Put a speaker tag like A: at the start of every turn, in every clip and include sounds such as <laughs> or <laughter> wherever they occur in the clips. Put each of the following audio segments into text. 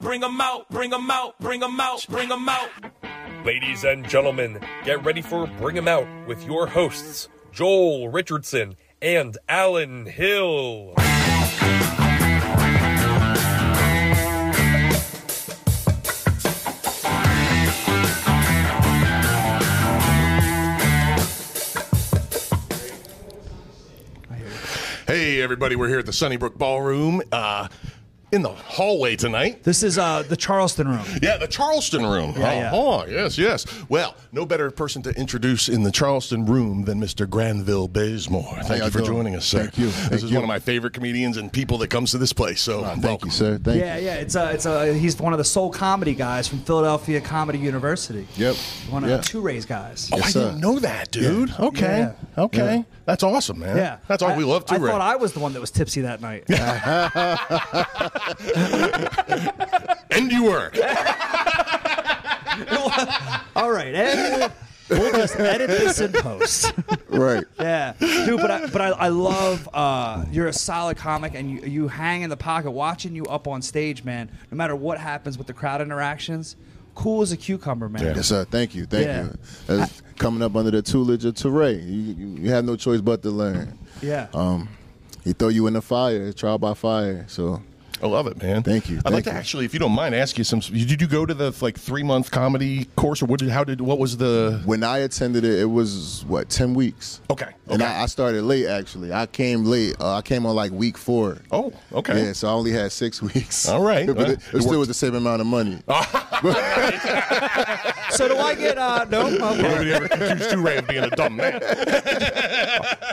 A: bring 'em out, bring 'em out, bring 'em out, bring 'em out.
B: Ladies and gentlemen, get ready for Bring 'em Out with your hosts, Joel Richardson and Alan Hill.
C: Hey, everybody, we're here at the Sunnybrook Ballroom uh, in the hallway tonight.
D: This is uh, the Charleston room.
C: Yeah, the Charleston Room.
D: Yeah,
C: uh-huh. Yes, yes. Well, no better person to introduce in the Charleston Room than Mr. Granville Bazemore. Thank you
E: y'all
C: for
E: doing?
C: joining us, sir.
E: Thank you.
C: This
E: Thank
C: is
E: you.
C: one of my favorite comedians and people that comes to this place. So,
E: Ah, thank
C: welcome.
E: you, sir.
D: <laughs>
E: Thank
D: Yeah, yeah. It's a, it's a, he's one of the sole comedy guys from Philadelphia Comedy University.
E: you. Yep.
D: One of
E: yeah.
D: the two rays guys.
C: Oh,
E: Yes,
C: I
E: sir. Oh,
C: didn't know that, dude. Okay,
D: Yeah.
C: okay.
E: Yeah.
C: That's awesome, man.
D: Yeah.
C: That's all
D: I-
C: we love, too,
D: I
C: right?
D: thought I was the one that was tipsy
C: <laughs>
D: that night. <laughs>
C: and you
E: <laughs>
C: were.
D: All right. And we'll, we'll just edit this in post. <laughs>
C: <laughs>
E: Right.
D: Yeah, dude. But I, but I, I love uh, you're a solid comic, and you you hang in the pocket. Watching you up on stage, man. No matter what happens with the crowd interactions, cool as a cucumber, man.
E: Yes, sir. Thank you. Thank
D: Yeah.
E: you. That's coming up under the tutelage of Teray. You, you, you have no choice but to learn.
D: Yeah.
E: Um, he throw you in the fire, trial by fire. So
C: I love it, man.
E: Thank you,
C: I'd like
E: thank
C: to
E: you.
C: actually, if you don't mind, ask you some. Did you go to the like three month comedy course, or what? Did, how did? What was the?
E: when I attended it, it was what ten weeks.
C: Okay.
E: And
C: okay.
E: I, I started late actually. I came late. Uh, I came on like week four.
C: Oh, okay.
E: Yeah, so I only had six <laughs> weeks.
C: All right.
E: but
C: Well,
E: it, it
C: it
E: still
C: worked.
E: was the same amount
C: <laughs>
E: of money.
D: So do I get uh,
C: <laughs>
D: no? Okay.
C: Nobody ever accused Ray of being a dumb man.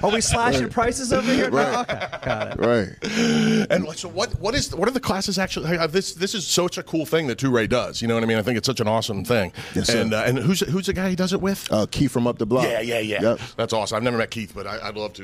D: Are we slashing prices over here? No?
E: Right.
D: Okay, got it.
E: Right.
C: <laughs> And like, so what? What is? What are the classes actually? uh, This this is such a cool thing that Two Ray does. You know what I mean? I think it's such an awesome thing.
E: Yes, sir.
C: and uh, and who's who's the guy he does it with?
E: Uh, Keith from up the block.
C: yeah, yeah, yeah.
E: Yep.
C: That's awesome. I've never met Keith, but I, I'd love to.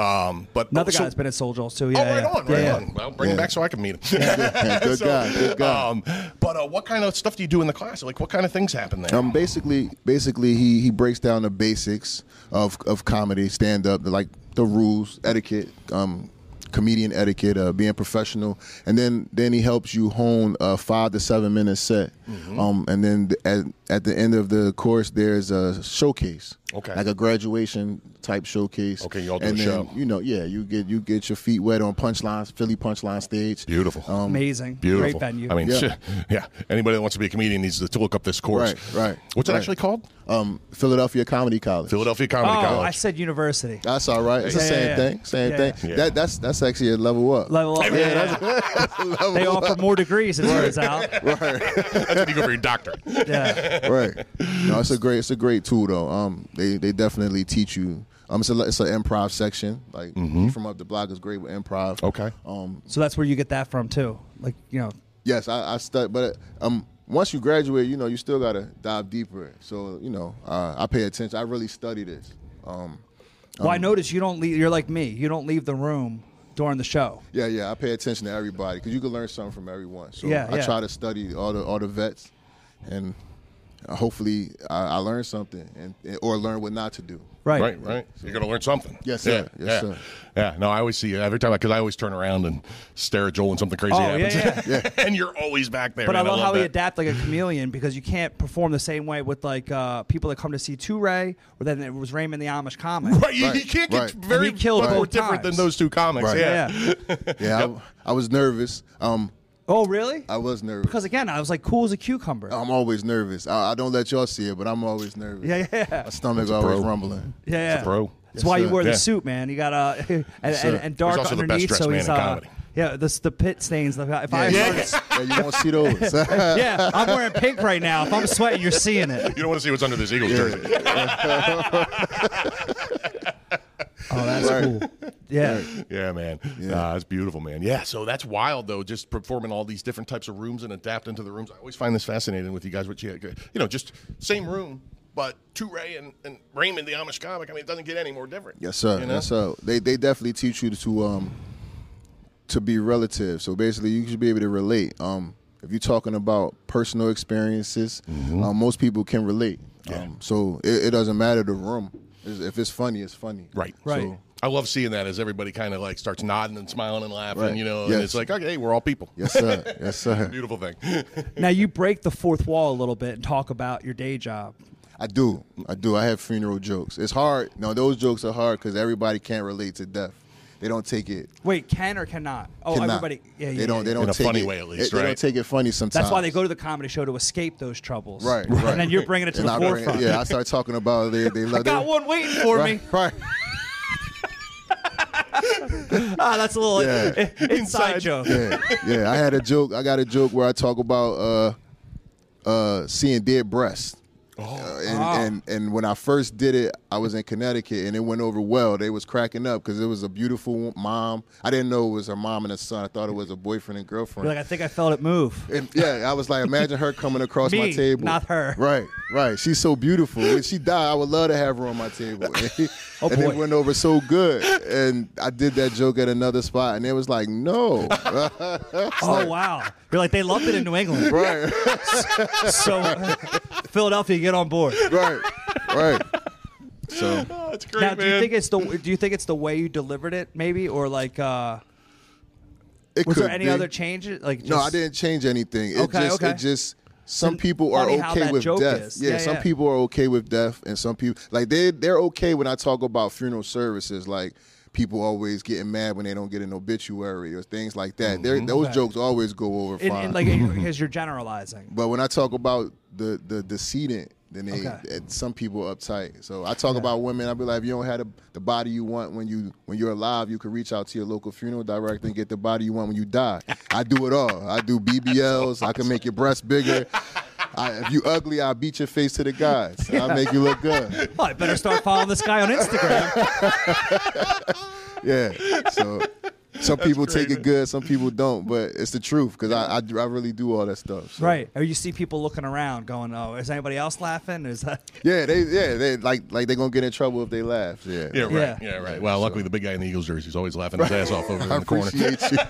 C: Um, but oh,
D: Another
C: so-
D: guy's been at Soul Joel's too. Yeah,
C: Oh, right
D: yeah.
C: on, right
D: Yeah, yeah.
C: on. Well, bring him
E: Yeah.
C: back so I can meet him. <laughs>
E: <laughs> Good guy, good guy.
C: Um, but uh, what kind of stuff do you do in the class? Like, what kind of things happen there?
E: Um, basically, basically, he he breaks down the basics of of comedy, stand up, like the rules, etiquette, um, comedian etiquette, uh, being professional, and then then he helps you hone a five to seven minute set.
C: Mm-hmm.
E: Um, and then th- at, at the end of the course, there's a showcase,
C: Okay.
E: like a graduation type showcase.
C: Okay, y'all do
E: and
C: a
E: then,
C: show.
E: You know, yeah, you get you get your feet wet on punchlines, Philly punchline stage.
C: Beautiful.
D: Amazing.
C: Beautiful.
D: Great venue.
C: I mean,
E: um, Yeah.
C: yeah. Anybody that wants to be a comedian needs to look up this course.
E: Right, right,
C: What's it
E: right.
C: actually called?
E: Um, Philadelphia Comedy College.
C: Philadelphia
D: Oh,
C: Comedy
D: I
C: College.
D: said university.
E: That's all right. It's the
D: Yeah,
E: same
D: yeah,
E: thing. Same
D: yeah.
E: thing.
C: Yeah.
E: That that's that's actually a level up. <laughs>
D: Level up. Yeah, yeah. <laughs>
E: Level
D: They offer
E: up.
D: more degrees. It turns out.
C: That's when you go for your doctorate.
D: Yeah.
E: Right. No, it's a great it's a great tool though. Um, they they definitely teach you. Um, it's a it's an improv section. Like from up the block is great with improv.
C: Okay.
E: Um,
D: So that's where you get that from too. Like you know.
E: yes, I I stud, but um. Once you graduate, you know you still gotta dive deeper. So you know, uh, I pay attention. I really study this. Um,
D: Well, I noticed you don't leave. You're like me. You don't leave the room during the show.
E: Yeah, yeah, I pay attention to everybody because you can learn something from everyone. So
D: Yeah,
E: I
D: yeah.
E: try to study all the all the vets, and hopefully I, I learn something and or learn what not to do.
D: Right.
C: Right, right. You're going to learn something.
E: Yes, sir.
C: Yeah,
E: Yes,
C: yeah.
E: sir.
C: Yeah. No, I always see it every time because I always turn around and stare at Joel when something crazy
D: Oh, yeah,
C: happens. <laughs> and you're always back there.
D: But I
C: man.
D: love, how
C: that.
D: he adapt like a chameleon because you can't perform the same way with like uh, people that come to see Toure or then it was Raymond the Amish comic.
C: Right, you, you can't get
E: Right.
C: very
D: And he killed
C: much more
D: both
C: different than
D: times.
C: those two comics.
E: Right.
C: Yeah.
D: Yeah.
E: Yeah, I, I was nervous. Um,
D: oh, really?
E: I Um, was nervous
D: Because again, I was like cool as a cucumber.
E: I'm always nervous. I, I don't let y'all see it, but I'm always nervous.
D: yeah, yeah.
E: my stomach always
C: pro.
E: rumbling.
D: Yeah, yeah.
C: pro.
D: That's why you
E: sir.
D: wear the
C: Yeah.
D: suit, man. You got <laughs> uh, and, and, and dark
C: He's also the best
D: underneath,
C: dressed
D: so
C: man
D: he's
C: in
D: uh,
C: comedy.
D: yeah. This the pit stains. If I
E: Yeah.
D: yeah.
E: Yeah, you won't see
D: <laughs>
E: those.
D: yeah, I'm wearing pink right now. If I'm sweating, you're seeing it.
C: <laughs> You don't want to see what's under this Eagles jersey.
D: Oh, that's cool. Yeah,
C: Yeah, man. Uh, it's beautiful, man. Yeah, so that's wild though. Just performing all these different types of rooms and adapting to the rooms. I always find this fascinating with you guys. What you, you know, just same room, but Toure and, and Raymond, the Amish comic. I mean, it doesn't get any more different.
E: Yes, sir.
C: You know?
E: Yes, sir. They they definitely teach you to um to be relative. So basically, you should be able to relate. Um, if you're talking about personal experiences,
C: Mm-hmm.
E: um, most people can relate. Um, so it, it doesn't matter the room. It's- If it's funny, it's funny.
C: Right.
D: Right.
E: So
C: I love seeing that as everybody kind of like starts nodding and smiling and laughing,
E: Right.
C: you know,
E: Yes.
C: and it's like, okay, we're all people. <laughs>
E: Yes, sir. Yes, sir.
C: Beautiful thing. <laughs>
D: Now you break the fourth wall a little bit and talk about your day job.
E: I do. I do. I have funeral jokes. It's hard. No, those jokes are hard because everybody can't relate to death. They don't take it.
D: Wait, can or cannot? Oh,
E: cannot.
D: everybody. Yeah, yeah.
E: They don't.
D: yeah,
E: They
D: yeah.
E: don't
C: In a
E: take
C: funny
E: it-
C: way, at least,
E: they- They
C: right?
E: don't take it funny sometimes.
D: That's why they go to the comedy show to escape those troubles.
E: Right, right.
D: And then you're bringing it to
E: And
D: the
E: I bring-
D: forefront.
E: yeah, I start talking about they.
D: <laughs>
E: They love.
D: I got
E: they-
D: one waiting for me.
E: Right. right.
D: Ah, that's a little
E: Yeah.
D: <laughs> inside, joke.
E: yeah, yeah. I had a joke. I got a joke where I talk about uh, uh, seeing dead breasts. Uh, and,
D: Ah.
E: and and when I first did it, I was in Connecticut, and it went over well. They was cracking up because it was a beautiful mom. I didn't know it was her mom and her son. I thought it was a boyfriend and girlfriend.
D: You're like, I think I felt it move.
E: and yeah, I was like, imagine her coming across my
D: Me,
E: table,
D: not her.
E: Right, right. She's so beautiful. When she died, I would love to have her on
D: <laughs>
E: my table. <laughs>
D: Oh,
E: and
D: boy.
E: it went over so good. And I did that joke at another spot, and it was
D: <laughs>
E: like, no,
D: Oh wow! You're like they loved it in New England,
E: right.
D: so Philadelphia, get on board.
E: right, right. So
C: Oh, that's great,
D: now, do you
C: man.
D: think it's the do you think it's the way you delivered it, maybe, or like uh,
E: it
D: was there
E: could
D: any
E: be.
D: other changes? Like
E: No, I
D: just-
E: didn't change anything. It
D: Okay,
E: just,
D: okay.
E: it just. Some
D: It's
E: people are
D: funny how
E: okay
D: that
E: with
D: joke
E: death.
D: is.
E: Yeah,
D: Yeah,
E: some
D: yeah.
E: people are okay with death, and some people like they they're okay when I talk about funeral services. Like people always getting mad when they don't get an obituary or things like that. They're Those
D: Mm-hmm. Right.
E: jokes always go over
D: In,
E: fine.
D: in, like because you're generalizing.
E: But when I talk about the the decedent, then they
D: Okay.
E: and some people are uptight. So I talk about women. I be like, if you don't have the, the body you want when you when you're alive, you can reach out to your local funeral director and get the body you want when
D: <laughs>
E: you die. I do it all. I do BBLs. I can make your breasts bigger. I, if you ugly, I beat your face to
D: <laughs>
E: the gods. I make you look good.
D: Well, I better start following this guy on <laughs> Instagram.
E: Yeah. So some people take it good, some people don't, but it's the truth because I, I I really do all that stuff. So.
D: right. Or you see people looking around, going, "Oh, is anybody else laughing?" Is that
E: Yeah, they yeah they like like they gonna get in trouble if they laugh. Yeah.
C: Yeah, right.
D: Yeah.
C: Yeah, right. Well, luckily the big guy in the Eagles jersey is always laughing his ass off over there
E: <laughs> I
C: in the corner.
E: appreciate you.
C: <laughs>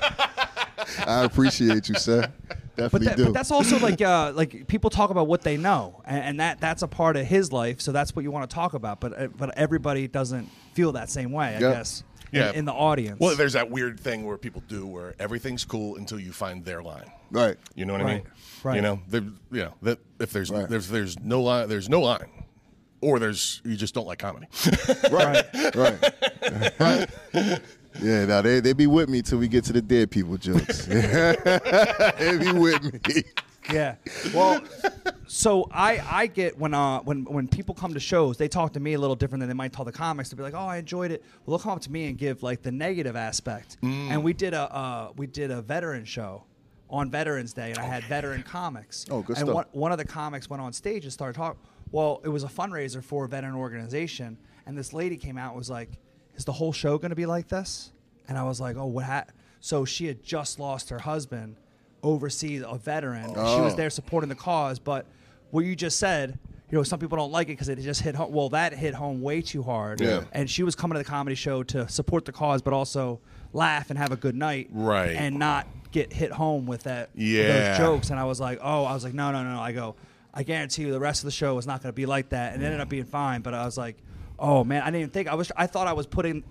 E: I appreciate you, sir.
D: But,
E: Definitely
D: that,
E: do.
D: but that's also like uh, like people talk about what they know, and, and that that's a part of his life. So that's what you want to talk about. But uh, but everybody doesn't feel that same way, I
E: Yeah.
D: guess.
C: Yeah.
D: In, in the audience.
C: Well, there's that weird thing where people do where everything's cool until you find their line.
E: right.
C: You know what I
D: Right.
C: mean?
D: Right.
C: You know, there, yeah. That if there's
E: Right.
C: there's there's no line, there's no line, or there's you just don't like comedy. <laughs>
E: Right. Right. Yeah, now they, they be with me till we get to the dead people jokes. <laughs> they be with me.
D: yeah. Well, so I I get when uh when when people come to shows, they talk to me a little different than they might tell the comics. They'll be like, "Oh, I enjoyed it." Well, they'll come up to me and give like the negative aspect.
E: Mm.
D: And we did a uh, we did a veteran show on Veterans Day, and I had veteran comics.
E: Oh, good
D: and
E: stuff.
D: One, one of the comics went on stage and started talking. Well, it was a fundraiser for a veteran organization, and this lady came out and was like, "Is the whole show going to be like this?" And I was like, "Oh, what?" Ha-? So she had just lost her husband overseas, a veteran. and She was
E: Oh.
D: there supporting the cause, but what you just said. You know, some people don't like it because it just hit home. Well, that hit home way too hard.
E: Yeah.
D: And she was coming to the comedy show to support the cause, but also laugh and have a good night.
C: Right.
D: And not get hit home with that. with
C: Yeah.
D: Those jokes and I was like, oh, I was like, no, no, no, no. I go, I guarantee you, the rest of the show was not going to be like that, and it ended up being fine. But I was like, oh man, I didn't even think I was. I thought I was putting,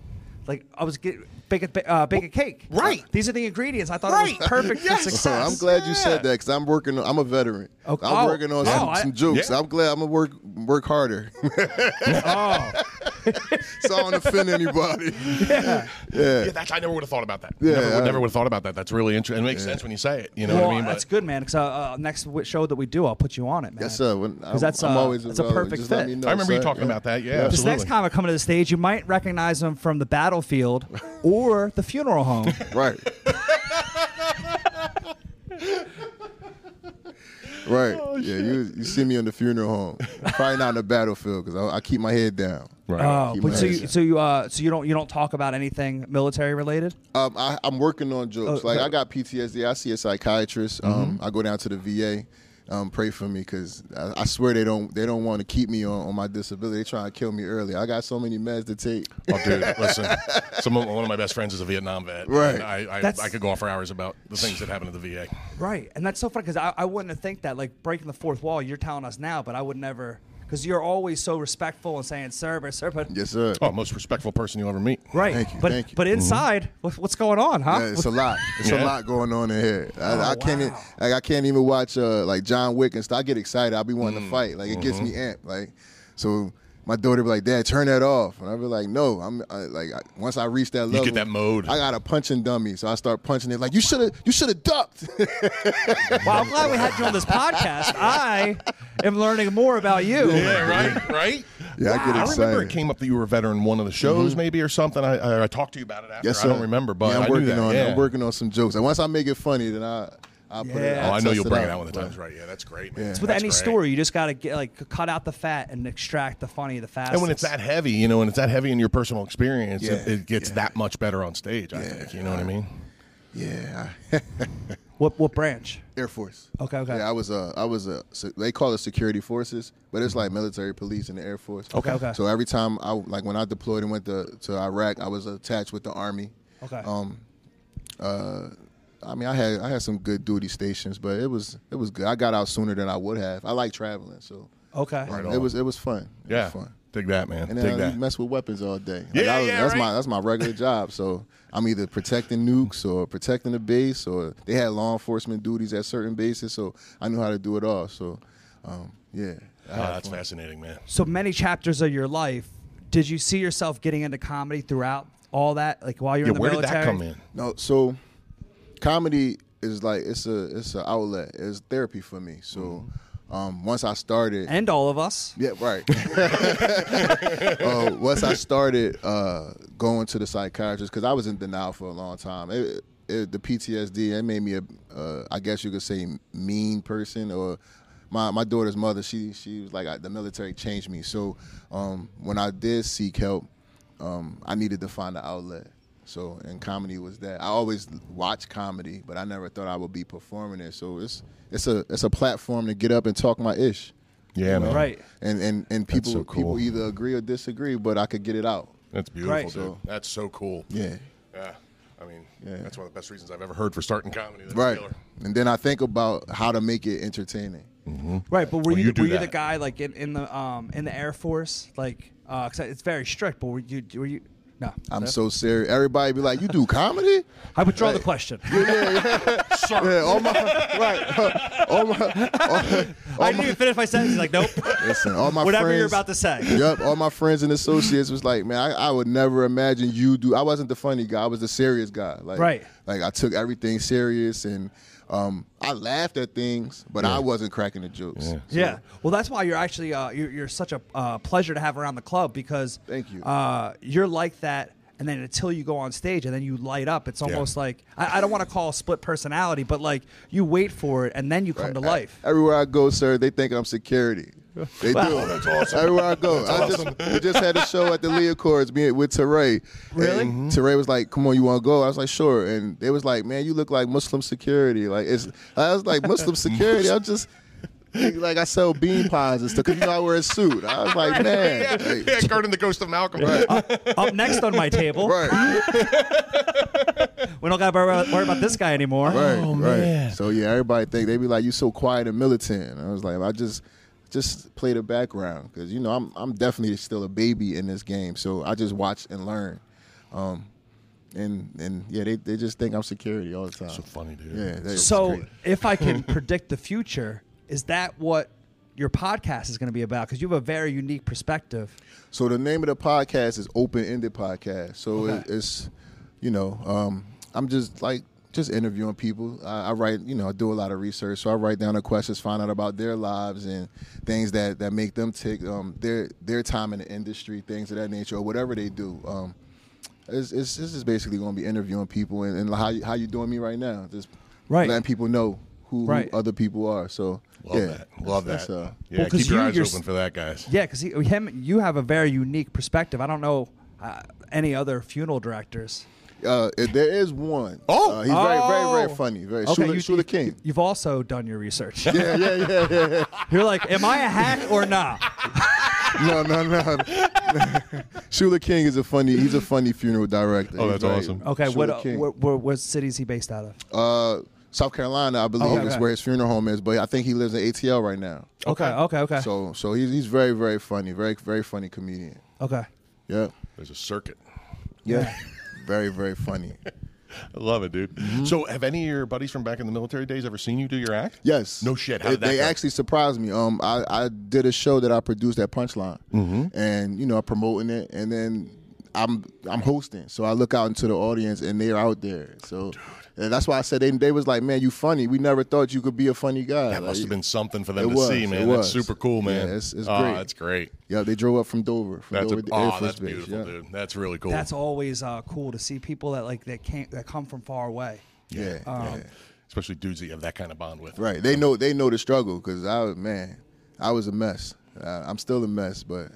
D: like, I was get, bake a ba- uh, bake a cake.
C: Right.
D: These are the ingredients. I thought it
C: Right. <laughs>
D: was perfect
C: Yes.
D: for
E: So
D: success.
E: <laughs> Oh, I'm glad you said that because I'm working. On, I'm a veteran.
D: Okay. Oh,
E: I'm working on
D: oh,
E: some,
D: I-
E: some jokes.
C: Yeah.
E: I'm glad I'm gonna work work harder.
D: <laughs> Oh,
E: <laughs> so I don't offend anybody.
C: Yeah, that's, I never would have thought about that.
E: Yeah,
C: never, would-
E: I-
C: never would have thought about that. That's really interesting. It makes sense when you say it. You know
D: well,
C: what I mean?
D: that's good, man. Because uh, uh, next w- show that we do, I'll put you on it, man.
E: Yes, sir. When, I'm,
D: Because that's
E: I'm
D: uh,
E: always
D: that's a
E: available.
D: perfect
E: Just
D: fit.
E: let me know,
C: I remember you
E: sir.
C: talking
E: Yeah.
C: about that. Yeah,
D: This
C: absolutely.
D: next comic coming to the stage, you might recognize him from the
E: <laughs>
D: battlefield or the funeral home.
E: Right. right.
C: Oh,
E: yeah, you you see me on the funeral home. Probably not on the battlefield because I, I keep my head down.
C: Right.
D: Oh,
E: Keep
D: but
E: my
D: so
E: head
D: you, so you uh so you don't you don't talk about anything military related?
E: Um, I, I'm working on jokes.
C: Uh,
D: Oh,
E: like
D: okay.
E: I got PTSD. I see a psychiatrist.
C: Mm-hmm.
E: Um, I go down to the VA. Um, pray for me because I, I swear they don't they don't want to keep me on, on my disability. They trying to kill me early. I got so many meds to take.
C: Oh, dude, listen. Some of, one of my best friends is a Vietnam vet.
E: Right.
C: and I, I,
D: That's-
C: I could go on for hours about the things that happened to the VA.
D: Right, and that's so funny because I, I wouldn't have think that like breaking the fourth wall. You're telling us now, but I would never because you're always so respectful and saying sir, but sir, but
E: Yes, sir.
C: Oh, most respectful person you'll ever meet.
D: right.
E: Thank you,
D: but
E: thank you. Mm-hmm.
D: but inside, what, what's going on, huh?
E: Yeah, Uh, it's a lot. It's
C: Yeah.
E: a lot going on in here. I,
D: Oh,
E: I can't. e-
D: wow.
E: Like I can't even watch uh, like John Wick and stuff. I get excited. I be wanting
C: Mm.
E: to fight. Like it gets
C: Mm-hmm.
E: me amped. Like so, my daughter be like, "Dad, turn that off," and I be like, "No, I'm I, like I, once I reach that level,
C: get that mode.
E: I got a punching dummy, so I start punching it. Like you should have. You should have ducked.
D: Well, I'm glad we had you on this
E: <laughs>
D: podcast. I am learning more about you.
C: Yeah, <laughs> right, right.
E: Yeah,
C: I
E: I get
C: remember it
E: excited. Mm-hmm.
C: came up that you were a veteran in one of the shows, maybe or something. I, I, I talked to you about it after.
E: yes,
C: I
E: sir.
C: don't remember, but
E: yeah, I'm
C: I knew
E: working
C: that,
E: on.
C: yeah.
E: I'm working on some jokes. And once I make it funny, then I. I put it,
D: Yeah.
C: Oh, I know
E: test
C: you'll
E: it
C: bring it out when the
E: but-
C: time's right. Yeah, that's great, man.
D: It's with
C: That's
D: any
C: great.
D: story, you just got to get like cut out the fat and extract the funny, the fast.
C: And when it's that heavy, you know, when it's that heavy in your personal experience, it,
E: Yeah,
C: it gets that much better on stage. I think. You know what I mean?
E: Yeah, <laughs>
D: what what branch?
E: Air Force.
D: Okay, okay.
E: Yeah, I was uh, I was uh, so they call it security forces, but it's like military police and the Air Force.
D: Okay, okay.
E: So every time I like when I deployed and went to, to Iraq, I was attached with the Army.
D: Okay.
E: Um, I mean, I had I had some good duty stations, but it was it was good. I got out sooner than I would have. I like traveling, so
D: okay.
E: um, it was it was fun. It
C: Yeah.
E: was fun.
C: Dig that, man.
E: And
C: Dig
E: then I
C: that.
E: mess with weapons all day. Like,
C: Yeah,
E: I was-
C: yeah,
E: that's
C: right.
E: my that's my regular job. So I'm either protecting nukes or protecting the base, or they had law enforcement duties at certain bases. So I knew how to do it all. So um, yeah, I
C: Oh,
E: had
C: that's
E: fun.
C: fascinating, man.
D: So many chapters of your life. Did you see yourself getting into comedy throughout all that? Like while you're
C: Yeah,
D: in the
C: where did
D: military.
C: that come in?
E: No, so comedy is like it's a it's an outlet. It's therapy for me. So
C: Mm-hmm.
E: um, once I started,
D: And all of us.
E: Yeah, right. <laughs> uh, once I started uh, going to the psychiatrist, because I was in denial for a long time. It, it, the PTSD, it made me a, uh, I guess you could say, mean person. Or my, my daughter's mother, she she was like, I, the military changed me. So um, when I did seek help, um, I needed to find an outlet. So and comedy was that. I always watched comedy, but I never thought I would be performing it. So it's it's a it's a platform to get up and talk my ish
C: Yeah, man.
D: Right.
E: and and and people
C: so cool.
E: people either agree or disagree, but I could get it out.
C: That's beautiful,
D: Right.
C: dude. That's so cool.
E: Yeah,
C: Yeah. I mean,
E: Yeah.
C: that's one of the best reasons I've ever heard for starting comedy. That's
E: right.
C: killer.
E: And then I think about how to make it entertaining.
D: Right, but were
E: Oh,
C: Well,
D: you,
C: you do
D: were you
C: that.
D: the guy like in, in the um in the Air Force like uh 'cause it's very strict, but were you were you no?
E: I'm so serious. Everybody be like, "You do comedy?" <laughs>
D: I withdraw the <laughs> question.
E: yeah, all my <laughs> right, all my, all,
D: I didn't even finish my sentence. He's like,
E: <laughs>
D: nope.
E: listen, all my
D: Whatever
E: friends,
D: you're about to say.
E: Yep, all my friends and associates was like, man, I, I would never imagine you do. I wasn't the funny guy; I was the serious guy. Like,
D: Right.
E: Like I took everything serious, and um, I laughed at things, but I wasn't cracking the jokes.
D: Yeah. Well, that's why you're actually uh, you're, you're such a uh, pleasure to have around the club because
E: Thank you.
D: Uh, you're like that, and then until you go on stage and then you light up, it's almost like I, I don't want to call split personality, but like you wait for it and then you come to
E: <laughs>
D: life.
E: Everywhere I go, sir, they think I'm security. They do. Everywhere I go, I just we just had a show at the Lea Accords me- with Teray.
D: Really?
E: And Teray was like, "Come on, you want to go?" I was like, "Sure." And they was like, "Man, you look like Muslim security." Like it's, I was like, "Muslim security." I'm just. Like I sell bean pies and stuff, cause you know I wear a suit. I was like, man, <laughs>
C: <laughs>
E: like,
C: Yeah, guarding the ghost of Malcolm.
D: Up next on my table,
E: right,
D: we don't got to worry about this guy anymore.
E: right, right. So yeah, everybody think they be like, you so quiet and militant. And I was like, I just just play the background because you know I'm I'm definitely still a baby in this game. So I just watch and learn. Um, and and yeah, they, they just think I'm security all the time.
C: So funny, dude.
E: Yeah. They,
D: So,
E: <laughs>
D: if I can predict the future, is that what your podcast is going to be about? Because you have a very unique perspective.
E: so the name of the podcast is Open Ended Podcast. So it,
D: Okay.
E: it's you know um, I'm just like just interviewing people. I, I write you know I do a lot of research, so I write down the questions, find out about their lives and things that that make them tick, um, their their time in the industry, things of that nature, or whatever they do. Um, it's, it's, this is basically going to be interviewing people and, and how you, how you doing me right now, just
D: Right.
E: letting people know who,
D: Right.
E: who other people are. So
C: Love
E: yeah,
C: that. Love that.
E: That's- that's, uh,
C: yeah,
D: Well, 'cause
C: keep your
D: you-
C: eyes
D: you're
C: open
D: s-
C: for that, guys.
D: Yeah, because him, you have a very unique perspective. I don't know uh, any other funeral directors.
E: Uh, if there is one.
C: Oh!
E: Uh, he's very, very,
D: Oh.
E: very funny. Very Shula,
D: you-
E: Shula
D: you-
E: King.
D: You've also done your research.
E: Yeah, yeah, yeah, yeah.
D: <laughs> You're like, am I a hack or
E: <laughs>
D: not?
E: No, no, no. <laughs> Shula King is a funny. He's a funny funeral director.
C: Oh,
E: He's
C: that's
E: very-
C: awesome.
D: Okay,
E: Shula
D: what, uh,
E: King.
D: what, what what city is he based out of?
E: Uh, South Carolina, I believe,
D: Okay,
E: is
D: okay.
E: where his funeral home is. But I think he lives in ATL right now.
D: Okay. Okay. Okay.
E: So so he's he's very very funny, very very funny comedian.
D: okay.
E: Yeah,
C: There's a circuit.
E: yeah, very very funny.
C: I love it, dude.
E: Mm-hmm.
C: So, have any of your buddies from back in the military days ever seen you do your act?
E: Yes.
C: No shit. How
E: They-
C: did that
E: they
C: go?
E: actually surprised me. Um, I, I did a show that I produced at Punchline,
C: Mm-hmm.
E: and you know, promoting it, and then I'm I'm hosting, so I look out into the audience, and they're out there. So and that's why I said they they was like, man, you funny. We never thought you could be a funny guy.
C: That must
E: Like,
C: have been something for them
E: It
C: to
E: was,
C: see,
E: it
C: man.
E: was.
C: That's super cool, man.
E: Yeah, it's- it's
C: Aw,
E: great.
C: That's great.
E: Yeah, they drove up from Dover. From
C: That's a,
E: Dover Air
C: oh,
E: Force
C: that's
E: Base,
C: beautiful,
E: yeah.
C: dude. That's really cool.
D: That's always uh, cool to see people that like that can't that come from far away.
E: Yeah, yeah.
C: Especially dudes that you have that kind of bond with.
E: right. They know they know the struggle because I was man, I was a mess. Uh, I'm still a mess, but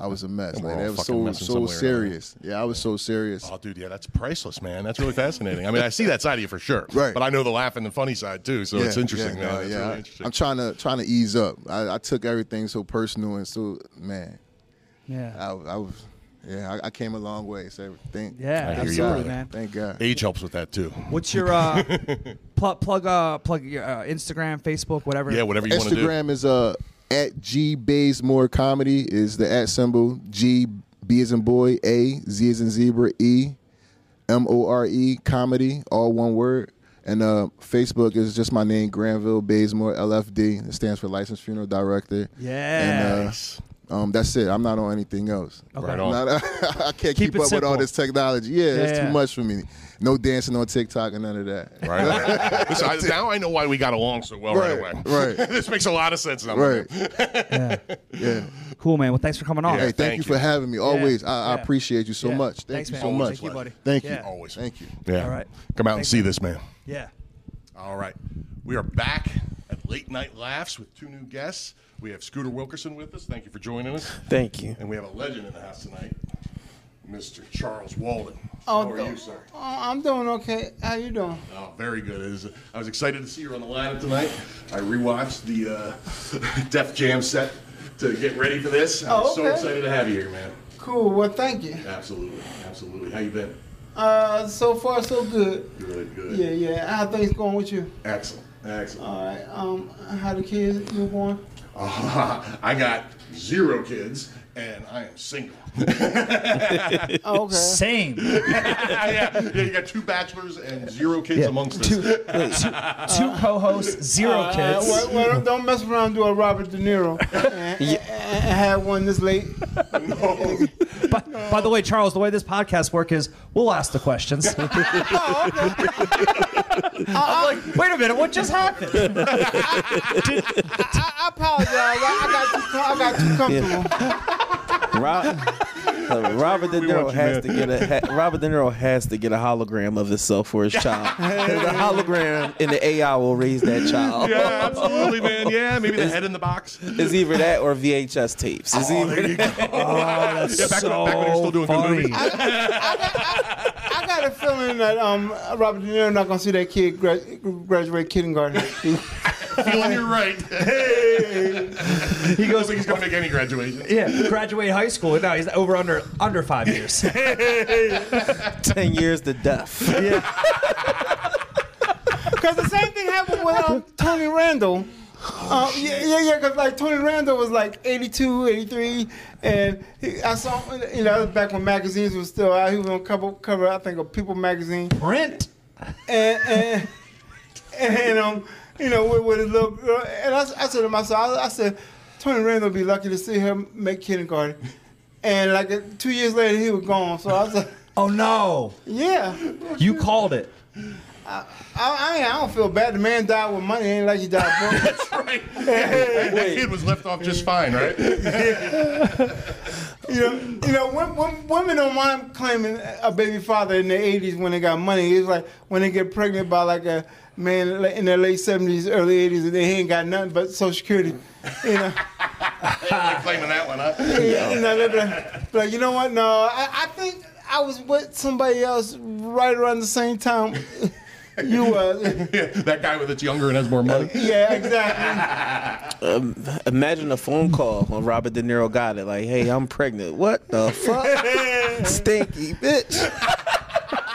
E: I was a mess.
C: And we're
E: Like,
C: all
E: that was
C: fucking
E: so
C: messing
E: so
C: somewhere or another.
E: serious. Yeah, I was so serious.
C: Oh, dude, yeah, that's priceless, man. That's really fascinating. I mean, I see that side of you for sure.
E: Right.
C: But I know the laughing and funny side too, so it's
E: Yeah,
C: interesting,
E: yeah,
C: man.
E: no,
C: That's
E: yeah.
C: really interesting.
E: I'm trying to trying to ease up. I, I took everything so personal and so man, I,
D: Yeah.
E: I was yeah, I, I came a long way. So thank
D: Yeah.
C: I hear you,
D: Absolutely,
C: brother.
D: man.
E: thank God.
C: Age helps with that too.
D: What's
C: <laughs>
D: your uh, pl- plug? Uh, plug your uh, Instagram, Facebook, whatever.
C: Yeah, whatever you want to do.
E: Instagram is uh at G Baysmore Comedy is the at symbol G B is in boy A Z is in zebra E M O R E comedy all one word. And uh, Facebook is just my name, Granville Baysmore LFD. It stands for Licensed Funeral Director.
D: Yeah.
E: And, uh, Um, that's it. I'm not on anything else.
C: Right on.
E: Not- I can't keep,
D: Keep it
E: up with all
D: simple.
E: this technology. Yeah, it's
D: Yeah.
E: too much for me. No dancing on TikTok and none of that.
C: Right. on. <laughs> Listen, I, now I know why we got along so well right,
E: Right,
C: away. <laughs>
E: right.
C: this makes a lot of sense now. my
E: Right.
C: man.
E: <laughs> Yeah.
D: Cool, man. Well, thanks for coming on.
E: Hey,
C: Yeah.
E: thank,
C: thank
E: you
C: you.
E: for having me. Always, I, I
D: Yeah.
E: appreciate you so
D: Yeah.
E: much. Thank
D: Thanks,
E: you
D: man.
E: so
D: Always.
E: much.
D: Thank you, buddy.
E: Thank
D: Yeah.
E: you.
C: Always.
E: Thank you.
C: Yeah.
D: All right.
C: Come out and
D: Thanks,
C: see this, man.
D: Yeah.
C: All right. We are back at Late Night Laughs with two new guests. We have Scooter Wilkerson with us. Thank you for joining us.
F: Thank you.
C: And we have a legend in the house tonight, Mr. Charles Walden. How are
F: th-
C: you, sir?
F: Oh, I'm doing okay. How you doing?
C: Oh, very good. It is- I was excited to see you on the lineup tonight. I rewatched the uh, <laughs> Def Jam set to get ready for this. I'm
F: Oh,
C: so
F: okay.
C: excited to have you here, man.
F: Cool. Well, thank you.
C: Absolutely, absolutely. How you been?
F: Uh, so far so good.
C: You really good.
F: Yeah, yeah. How things going with you?
C: Excellent, excellent.
F: All right. Um, how the kids newborn?
C: I got zero kids and I am single. <laughs>
F: Oh, okay.
D: Same.
C: yeah, yeah, you got two bachelors and zero kids amongst us.
D: Two, two, two co-hosts, zero
F: Uh,
D: kids.
F: well, well, don't mess around and do a Robert
C: <laughs>
F: De Niro and, and, and have one this late.
D: By, by the way, Charles, the way this podcast work is, we'll ask the <laughs> questions. I'm like, wait a minute, what just happened?
F: I, I apologize. I, I got too, com- I got too
C: <laughs>
F: comfortable.
G: Rob, uh, Robert De
C: We want
G: Niro
C: you,
G: has to
C: man.
G: get a ha- Robert De Niro has to get a hologram of himself for
C: <laughs>
G: his child. 'Cause the hologram in the AI will raise that child.
C: Yeah, absolutely, man. Yeah, maybe the head in the box.
G: It's either that or VHS tapes. It's
C: Oh,
G: either
C: there you go. yeah, back,
D: so
C: when, back when they were still doing
D: funny.
C: good movies.
F: I got a feeling that um, Robert De Niro not gonna see that kid gra- graduate kindergarten. <laughs>
C: Feeling you're right. <laughs> Hey, he goes. think he's gonna make any graduation.
D: <laughs> Yeah, graduate high school. No, he's over under under five <laughs> years.
G: ten years to death.
F: Because the same thing happened with um, Tony Randall. Um, yeah, yeah, yeah, because like Tony Randall was like 82, 83, and he, I saw, him in- you know, that was back when magazines was still out. He was on cover, cover I think, of People magazine,
D: Brent.
F: and and, and um, you know, with, with his little girl. And I, I said to myself, I, I said, Tony Randall would be lucky to see him make kindergarten. And like uh, two years later, he was gone. So I was like,
D: Oh no,
F: yeah,
D: you called it.
F: I, I mean, I don't feel bad. The man died with money. Ain't like he died broke.
C: That's right. that kid was left off just fine, <laughs> right?
F: You know, you know, when, when, women don't mind claiming a baby father in their 80s when they got money. It's like when they get pregnant by like a man in their late 70s, early 80s, and they ain't got nothing but Social Security. You know,
C: like claiming that one, huh? <laughs>
F: you know they're like, like, you know what? No, I, I think I was with somebody else right around the same time you was. <laughs>
C: Yeah, that guy that's younger and has more money.
F: Yeah, exactly.
G: Imagine a phone call when Robert De Niro got it.
C: <laughs>
G: Like, hey, I'm pregnant. What the fuck? Stinky bitch.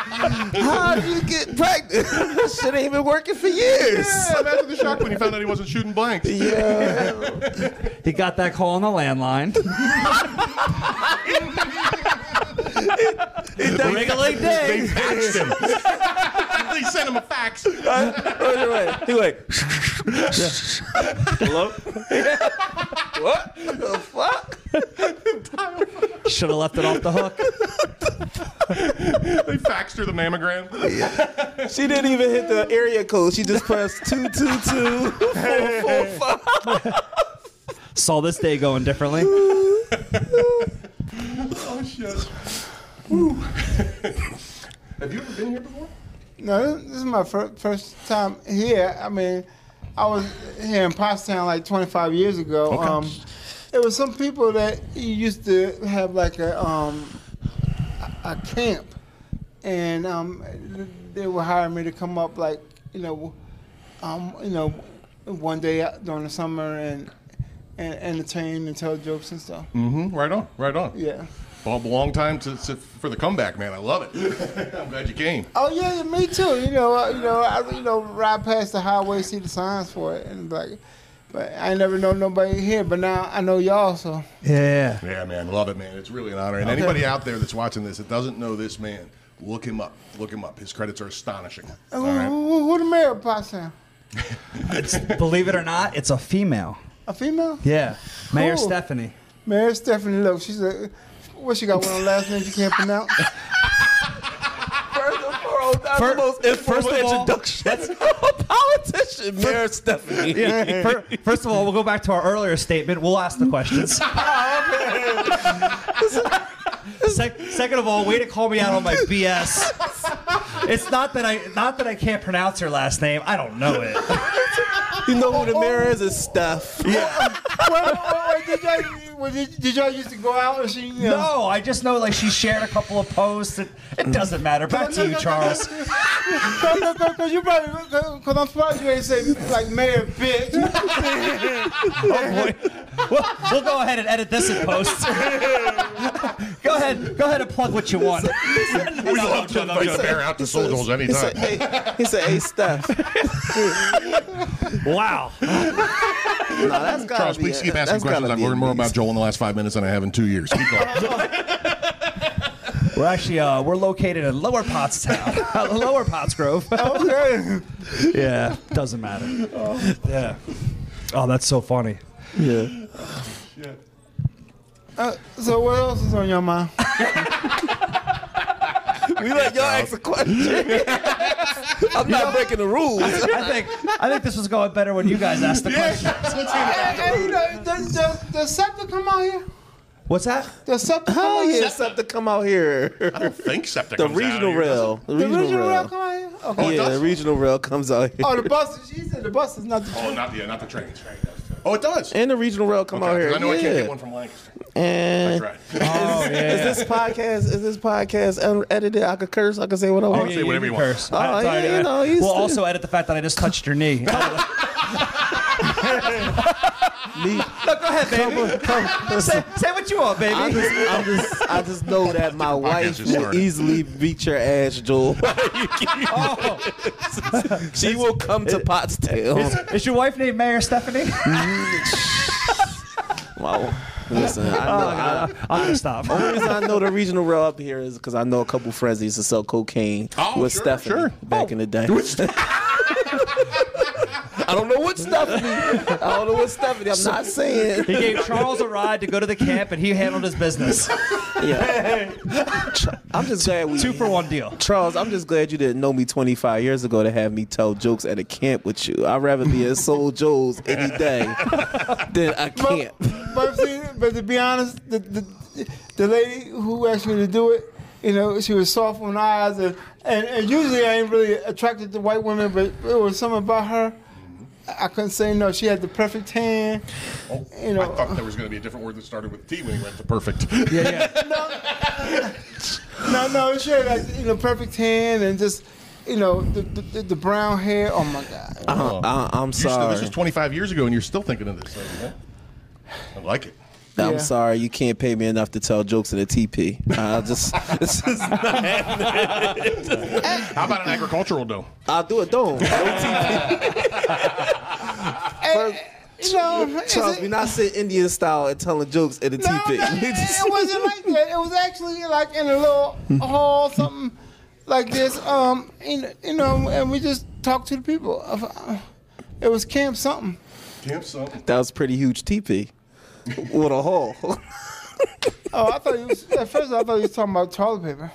G: How did you get pregnant? <laughs> this shit ain't been working for years.
C: Yeah, <laughs> imagine the shock when he found out he wasn't shooting blanks.
G: Yeah.
D: He got that call on the landline. Regulate
C: They
D: day.
C: faxed him. they sent him <laughs> a fax.
G: Wait, wait, wait. He like, hello? what the fuck?
D: Should have left it off the hook.
C: They faxed her the mammogram.
G: She didn't even hit the area code. She just pressed two two two four four five.
D: Saw this day going differently.
C: <laughs> Oh shit. <laughs> Have you ever been here before?
F: No, this, this is my fir- first time here. I mean, I was here in Pottstown like 25 years ago. Um, there was some people that you used to have like a um, a, a camp, and um, they would hire me to come up like you know, um, you know, one day during the summer and and entertain and tell jokes and stuff.
C: Mm-hmm. Right on. Right on.
F: Yeah.
C: Well, a long time to, to- for the comeback, man. I love it. <laughs> I'm glad you came.
F: Oh yeah, yeah, me too. You know, uh, you know, I you know ride past the highway, see the signs for it, and like, but I ain't never know nobody here. But now I know y'all, so
D: Yeah.
C: Yeah, man, love it, man. It's really an honor. And anybody out there that's watching this that doesn't know this man, look him up. Look him up. His credits are astonishing. All
F: who,
C: right.
G: Oh.
F: who, who the mayor of Potsdam?
G: <laughs>
D: Believe it or not, it's a female.
F: A female?
D: Yeah. Mayor
F: Cool.
D: Stephanie.
F: Mayor Stephanie. Look, she's a what? She got one of the last names you can't pronounce.
G: First of all, that's
D: Fir-
G: the most informal
D: first of all,
G: introduction <laughs> of a politician, Mayor Stephanie.
D: Fir- First of all, we'll go back to our earlier statement. We'll ask the questions. Sec- second of all, way to call me out on my BS. It's not that I not that I can't pronounce her last name. I don't know it.
G: <laughs> You know who the mayor is? It's Steph.
F: well, well, well, did, y'all, well, did, did y'all used to go out and she? You know,
D: No, I just know like she shared a couple of posts. It, it doesn't matter. Back to you, <laughs> Charles.
F: Because you probably, because I'm surprised you ain't say like mayor bitch.
D: We'll, we'll go ahead and edit this in post. <laughs> go ahead, go ahead and plug what you want.
C: We love to invite Bear out to Soul Goals
G: He said,
C: anytime.
G: hey, he said,
C: <laughs>
G: hey, Steph.
D: Wow.
G: No, that's gotta
C: Charles,
G: be
C: please
G: a-
C: keep asking
G: that's gotta
C: questions. I've
G: be a
C: learned more
G: beast.
C: about Joel in the last five minutes than I have in two years. Keep
G: <laughs>
C: going.
D: We're actually uh, we're located in Lower Pottstown, <laughs> Lower <laughs> Pottsgrove.
F: Okay.
D: yeah, doesn't matter. Yeah. Oh, that's so funny.
G: Yeah.
F: Uh, so what else is on your mind?
G: We let y'all ask a <laughs> question. I'm not breaking the rules.
D: I think I think this was going better when you guys asked the question.
F: Hey, hey, you know, does, does, does Scepter come out here?
D: What's that?
F: Does Scepter come
G: Hell
F: out here?
G: Oh, yeah, Steph to come out here.
C: <laughs> I don't think Septic
G: The
C: comes out
G: regional
C: here.
G: rail. The
F: The
G: regional,
F: original
G: rail.
F: rail come out here? Okay.
G: yeah, the
C: does?
G: regional rail comes out here.
F: Oh, the bus. She said the bus is not the
C: Oh,
F: train.
C: not the, yeah, not the trains. Oh, it does.
G: and the regional rail come
C: Okay,
G: out
C: 'cause
G: here.
C: I know I can't
G: Yeah. uh,
C: get one from Lancaster.
G: And
C: Right.
G: is this podcast is this podcast un- edited? I could curse. I could say what I want.
C: yeah, Say whatever you want.
D: curse.
G: Oh,
D: I-
G: yeah,
D: sorry,
G: you
D: I-
G: know, you
D: we'll
G: still-
D: also edit the fact that I just touched your knee. <laughs> no, go ahead, baby. Say, say what you want,
G: I
D: baby.
G: just,
D: <laughs>
G: I just, I just know that my wife
C: just
G: will
C: started.
G: easily beat your ass, <laughs> Joel.
D: Oh,
G: she will come to Pottstown.
D: is your wife named Mayor <laughs> Stephanie?
G: Wow. Listen, I know. I,
D: I'm gonna Uh, stop.
G: the reason I know the regional rail up here is because I know a couple friends that used to sell cocaine
C: Oh,
G: with
C: sure,
G: Stephanie
C: sure.
G: back in the day. Oh. <laughs> I don't know what Stephanie. I don't know what Stephanie. I'm not saying.
D: He gave Charles a ride to go to the camp, and he handled his business.
G: <laughs> Yeah. I'm just glad we
D: Two for one deal.
G: Charles, I'm just glad you didn't know me 25 years ago to have me tell jokes at a camp with you. I'd rather be at Soul Joe's any day than a camp.
F: But, see, but to be honest, the, the the lady who asked me to do it, you know, she was soft on the eyes, and, and, and usually I ain't really attracted to white women, but it was something about her. I couldn't say no. She had the perfect hand. You know,
C: Oh, I
G: uh,
C: thought there was going to be a different word that started with T when he went to perfect. <laughs>
D: Yeah, yeah.
F: No, no, she had like you know perfect hand and just you know the the, the brown hair. Oh my god.
G: I, am
F: Uh,
C: You still,
G: sorry.
C: this was 25 years ago, and you're still thinking of this. Like, huh? I like it.
G: I'm
F: Yeah.
G: sorry, you can't pay me enough to tell jokes at a TP. I'll just, <laughs> it's just not happening.
C: How about an agricultural dome?
G: I'll do a dome. No TP.
F: And, Eh, you know, is
G: Charles,
F: it-
G: we not sit Indian style and telling jokes at a
F: No, <laughs>
G: TP. <laughs>
F: no, it, it wasn't like that. It was actually like in a little hall, something like this. Um, and, you know, and we just talked to the people. Uh, It was camp something.
C: Camp something.
G: that was pretty huge
F: <laughs>
G: TP. What a haul.
F: Oh, I thought you was, at first I thought you was talking about toilet paper.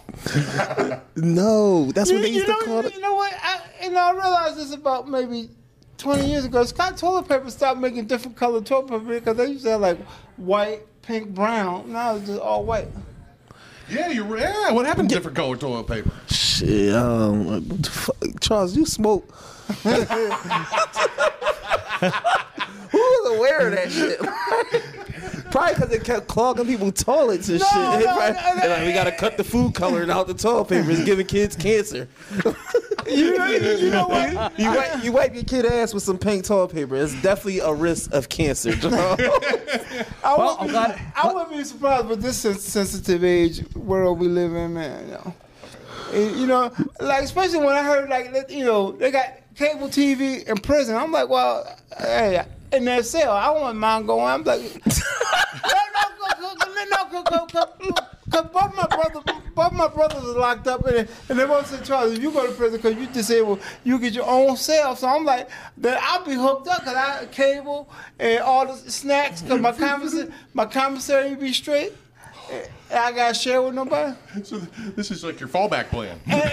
G: no, that's what they used
F: know,
G: to call it.
F: you know what? I, and I realized this about maybe 20 years ago. Scott toilet paper stopped making different colored toilet paper because they used to have like white, pink, brown. Now it's just all white.
C: Yeah, you're right. Yeah, what happened to different color toilet paper?
G: Shit, um, what the fuck? Charles, you smoke. <laughs> Who was aware of that shit? <laughs> Probably because it kept clogging people's toilets and
F: No,
G: shit. <laughs>
F: no,
G: Right?
F: no, no.
G: They're like, we gotta cut the food coloring out the toilet paper. It's giving kids cancer. <laughs>
F: You know, you know <laughs> what?
G: You wipe, you wipe your kid ass with some pink toilet paper. It's definitely a risk of cancer. Charles.
F: I
D: Well,
F: wouldn't,
D: I'm glad-
F: I wouldn't be surprised with this sen- sensitive age world we live in, man. You know, And, you know, like especially when I heard like that, you know they got cable TV in prison. I'm like, well, hey, in their cell, I want mine going. I'm like, no, no, no, no, no, no, no, Cause both my brother, both my brothers are locked up, and, and they both said, "Charles, if you go to prison because you disabled, you get your own cell." So I'm like, "Then I'll be hooked up because I cable and all the snacks because my commissary, my commissary be straight, and I got share with nobody."
C: So th- this is like your fallback <laughs> plan. <laughs>
G: and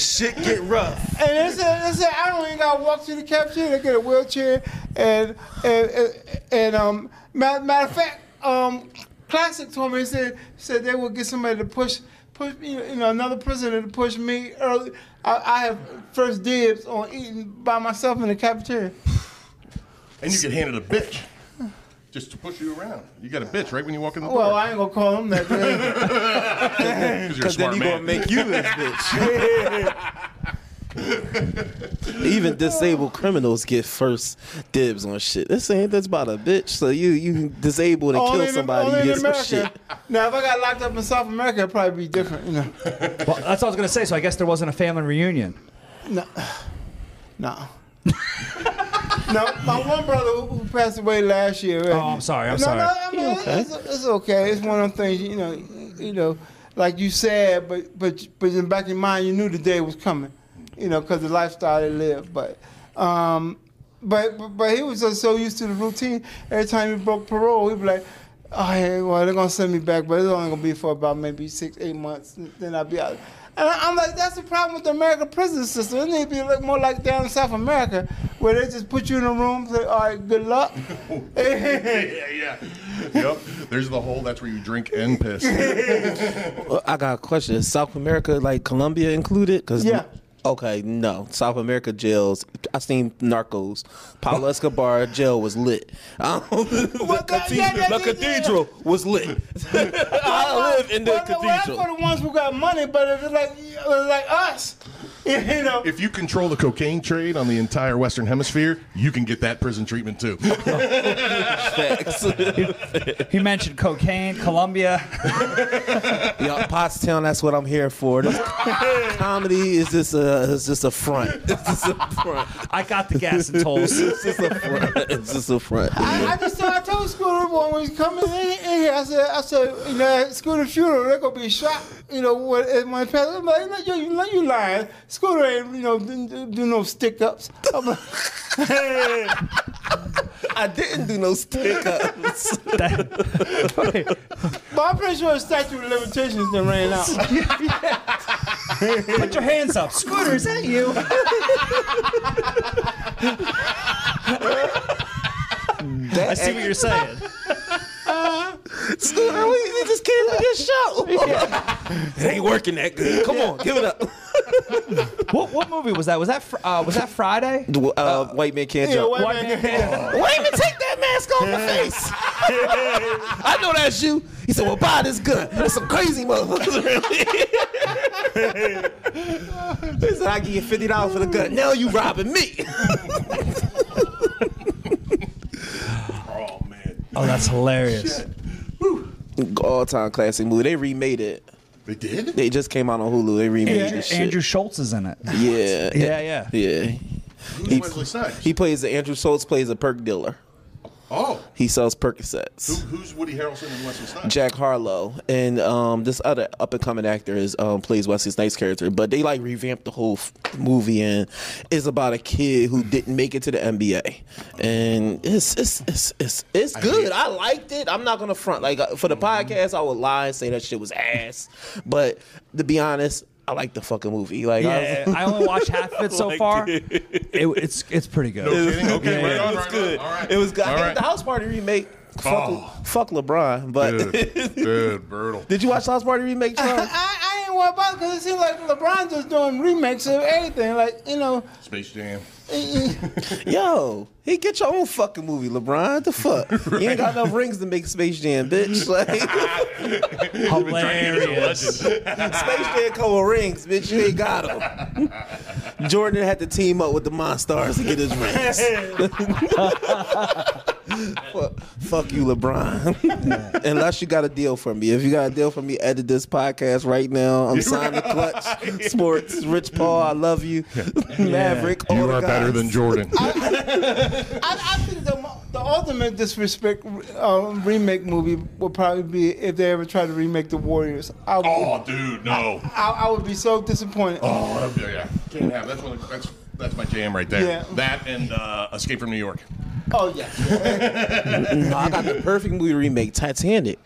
G: shit get rough.
F: And they said, they said, I don't even gotta walk to the cafeteria. They get a wheelchair, and and and, and, um, matter, matter of fact, um, classic told me he said said they would get somebody to push push me, you know, another prisoner to push me early. I, I have first dibs on eating by myself in the cafeteria.
C: And you get handed a bitch just to push you around. You got a bitch right when you walk in the
F: Well,
C: door.
F: I ain't gonna call them
G: <laughs>
F: that. Day.
C: Because you're a smart
G: then he gonna
C: man.
G: make you this bitch.
F: <laughs>
G: Even disabled criminals get first dibs on shit. This ain't that's about a bitch. So you you disabled and
F: Only
G: kill
F: in-
G: somebody,
F: only
G: you
F: in
G: get some
F: America.
G: shit.
F: Now, if I got locked up in South America, it'd probably be different. You know,
D: Well, that's what I was gonna say. So I guess there wasn't a family reunion.
F: No. <sighs> No. <laughs> no, my one brother who- who passed away last year. right?
D: Oh, I'm sorry, I'm
F: no,
D: sorry.
F: No, I mean, it's, it's okay. It's one of them things, you know, you know, like you said, but but but in the back of your mind, you knew the day was coming, you know, because the lifestyle they lived. But um, but but- but he was just so used to the routine. Every time he broke parole, he'd be like. Oh, hey, well, they're gonna send me back, but it's only gonna be for about maybe six, eight months. and Then I'll be out. And I- I'm like, that's the problem with the American prison system. It need to be like more like down in South America, where they just put you in a room, say, all right, good luck.
C: <laughs>
F: <laughs>
C: yeah, yeah. Yep. There's the hole. That's where you drink and <laughs> piss.
G: Well, I got a question. Is South America, like Colombia, included? Cause
F: Yeah.
G: Okay, no. South America jails. I seen Narcos. Pablo Escobar jail was lit. <laughs> Um, the
F: Well, that-
G: cathed-
F: yeah, that- yeah,
G: the
F: yeah.
G: cathedral was lit. I live in the
F: well, well, that's
G: cathedral.
F: for the ones who got money, but if it's like it's like us, <laughs> you know.
C: If you control the cocaine trade on the entire Western Hemisphere, you can get that prison treatment too. <laughs> Oh,
G: Facts.
D: He mentioned cocaine, Colombia.
G: Yo, Pottstown, that's what I'm here for. This comedy is just a is just a front. <laughs> It's just a front.
D: I got the gas and <laughs> tolls.
G: It's just a front. It's just a front.
F: I, I just told, I told Scooter when we was coming in, in here, I said, I said, you know, Scooter funeral, they're gonna be shot, you know, when it- when it passes. I'm like, no, you, you, no, you lying. Scooter ain't, you know, do, do no stick ups. I'm like,
G: I didn't do no stick ups.
F: but I'm pretty sure the statute of limitations done ran out.
G: <laughs>
D: Put your hands up, Scooter. Is that you? I see what you're saying.
G: Scooter, we you just came to your <laughs> show. it ain't working that good. Come on, give it up.
D: What what movie was that? Was that fr- uh, was that Friday?
G: Uh, white man can't
F: Yeah,
G: jump.
F: white man can't-
G: Wait a minute, take that mask off my face.
D: <laughs>
G: I know that's you. He said, Well, buy this gun. There's some
D: <laughs>
G: crazy motherfuckers around here. <laughs> he said, I give you $50 for the gun. Now you <laughs> robbing me.
C: oh man.
D: Oh, that's hilarious.
G: All time classic movie. They remade it.
C: They did?
G: They just came out on Hulu. They remade
D: Andrew,
G: this shit.
D: Andrew Schultz is in it.
G: yeah,
D: Yeah, yeah.
G: yeah.
C: Who's
G: He,
C: Wesley Snipes?
G: he plays Andrew Schultz plays a perk dealer.
C: oh.
G: He sells
C: Who,
G: Percocets.
C: who's Woody Harrelson and Wesley Snipes?
G: Jack Harlow and um, this other up and coming actor is um, plays Wesley Snipes' character, but they like revamped the whole f- movie and it's about a kid who didn't make it to the NBA, and it's it's it's it's, it's good. I liked it. I'm not gonna front like uh, for the
C: Mm-hmm.
G: podcast. I would lie and say that shit was ass, but to be honest, I like the fucking movie. Like I was-
D: Yeah,
G: <laughs>
D: I only watched half of it so <laughs>
H: Like,
D: far.
H: dude.
D: It, it's it's pretty good.
C: kidding? Okay,
D: Yeah,
C: right
D: yeah.
C: on,
H: It was
C: right on.
H: good.
C: All right.
G: It was good. I
C: All
G: think
C: right.
G: the House Party remake. Fuck,
C: Oh.
G: fuck LeBron. But <laughs>
C: Dude, dude, brutal.
G: did you watch the House Party remake? Sean?
F: I, I ain't worried about because it seems like LeBron just doing remakes of everything. Like you know,
C: Space Jam.
G: Yo, he get your own fucking movie, LeBron. What the
C: <laughs>
G: fuck? You ain't got enough rings to make Space Jam, bitch. <laughs> Like
D: Hilarious.
G: Space Jam come with rings, bitch. You ain't got them.
C: <laughs>
G: Jordan had to team up with the Monstars to get his rings.
C: <laughs>
G: fuck, fuck you, LeBron. <laughs> Unless you got a deal for me. If you got a deal for me, edit this podcast right now. I'm signed
C: <laughs>
G: to Clutch Sports. Rich Paul, I love you. <laughs> Maverick, Oh all
C: You
G: the
C: are better
G: guys.
C: than Jordan.
F: I, I think the, mo- the ultimate disrespect uh, remake movie would probably be if they ever tried to remake the Warriors. I would,
C: oh, dude, no.
F: I, I would be so disappointed.
C: Oh, that'd be- yeah. Can't have. That's, one of- that's, that's my jam right there.
F: Yeah.
C: That and uh, Escape from New York.
F: Oh yeah.
G: No, I got the perfect movie remake, Titanic,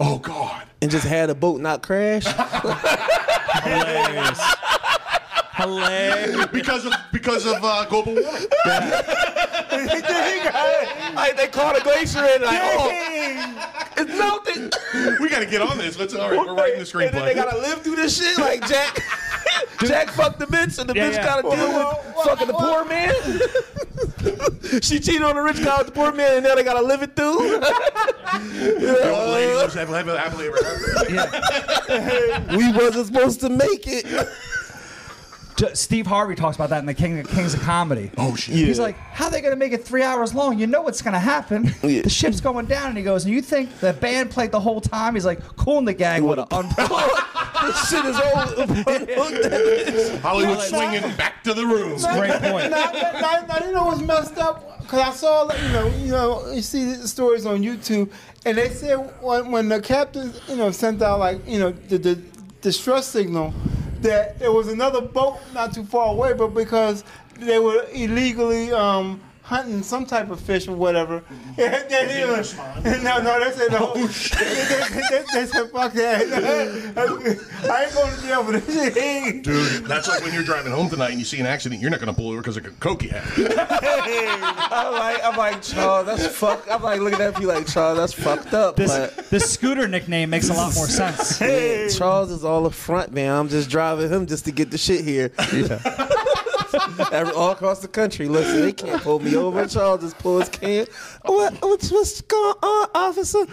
C: Oh, God.
G: and just had a boat not crash.
D: Hilarious. Hilarious.
C: Because of because of uh, global warming.
G: <laughs> like they caught a glacier and like, oh. it's melting.
C: We got to get on this. Let's all right. We're writing the
G: And then they
C: screenplay.
G: gotta live through this shit. Like <laughs> Jack, Jack fucked the bitch, and the
D: Yeah,
G: bitch
D: yeah.
G: gotta deal with fucking the poor man. she cheated on the rich guy with the poor man, and now they gotta live it through.
C: The old lady lives happily- happily- happily ever after.
G: we wasn't supposed to make it.
D: J- Steve Harvey talks about that in the King Kings of Comedy.
C: Oh shit.
D: He's like, how they going to make it three hours long? You know what's going to happen.
G: <laughs> Yeah.
D: The ship's going down. And he goes, and you think the band played the whole time? He's like, cool in the gang would have unplugged.
G: <laughs> this shit is <laughs> over.
C: Hollywood swinging back to the room.
D: Great point.
F: now, now, now, you know what's messed up? Because I saw, like, you know, you know, you see the stories on YouTube, and they said when, when the captain, you know, sent out like, you know, the, the distress signal, that there was another boat not too far away, but because they were illegally. Um, Hunting some type of fish or whatever. Yeah, Mm-hmm. they didn't respond. <laughs> Oh, No, no, they said no. <laughs> they, they- they said fuck that. <laughs> I ain't going to jail for <laughs> this shit.
C: Dude, that's like when you're driving home tonight and you see an accident, you're not going to pull over because of a coke you had.
G: I'm like, I'm like, Charles, that's fuck. I'm like looking at you like, Charles, that's fucked up.
D: This,
G: but
D: this scooter nickname makes a lot more sense.
G: Charles is all up front, man. I'm just driving him just to get the shit here. Every- all across the country. Listen, they can't pull me over. Charles just pull his can. What, what's, what's going on, officer?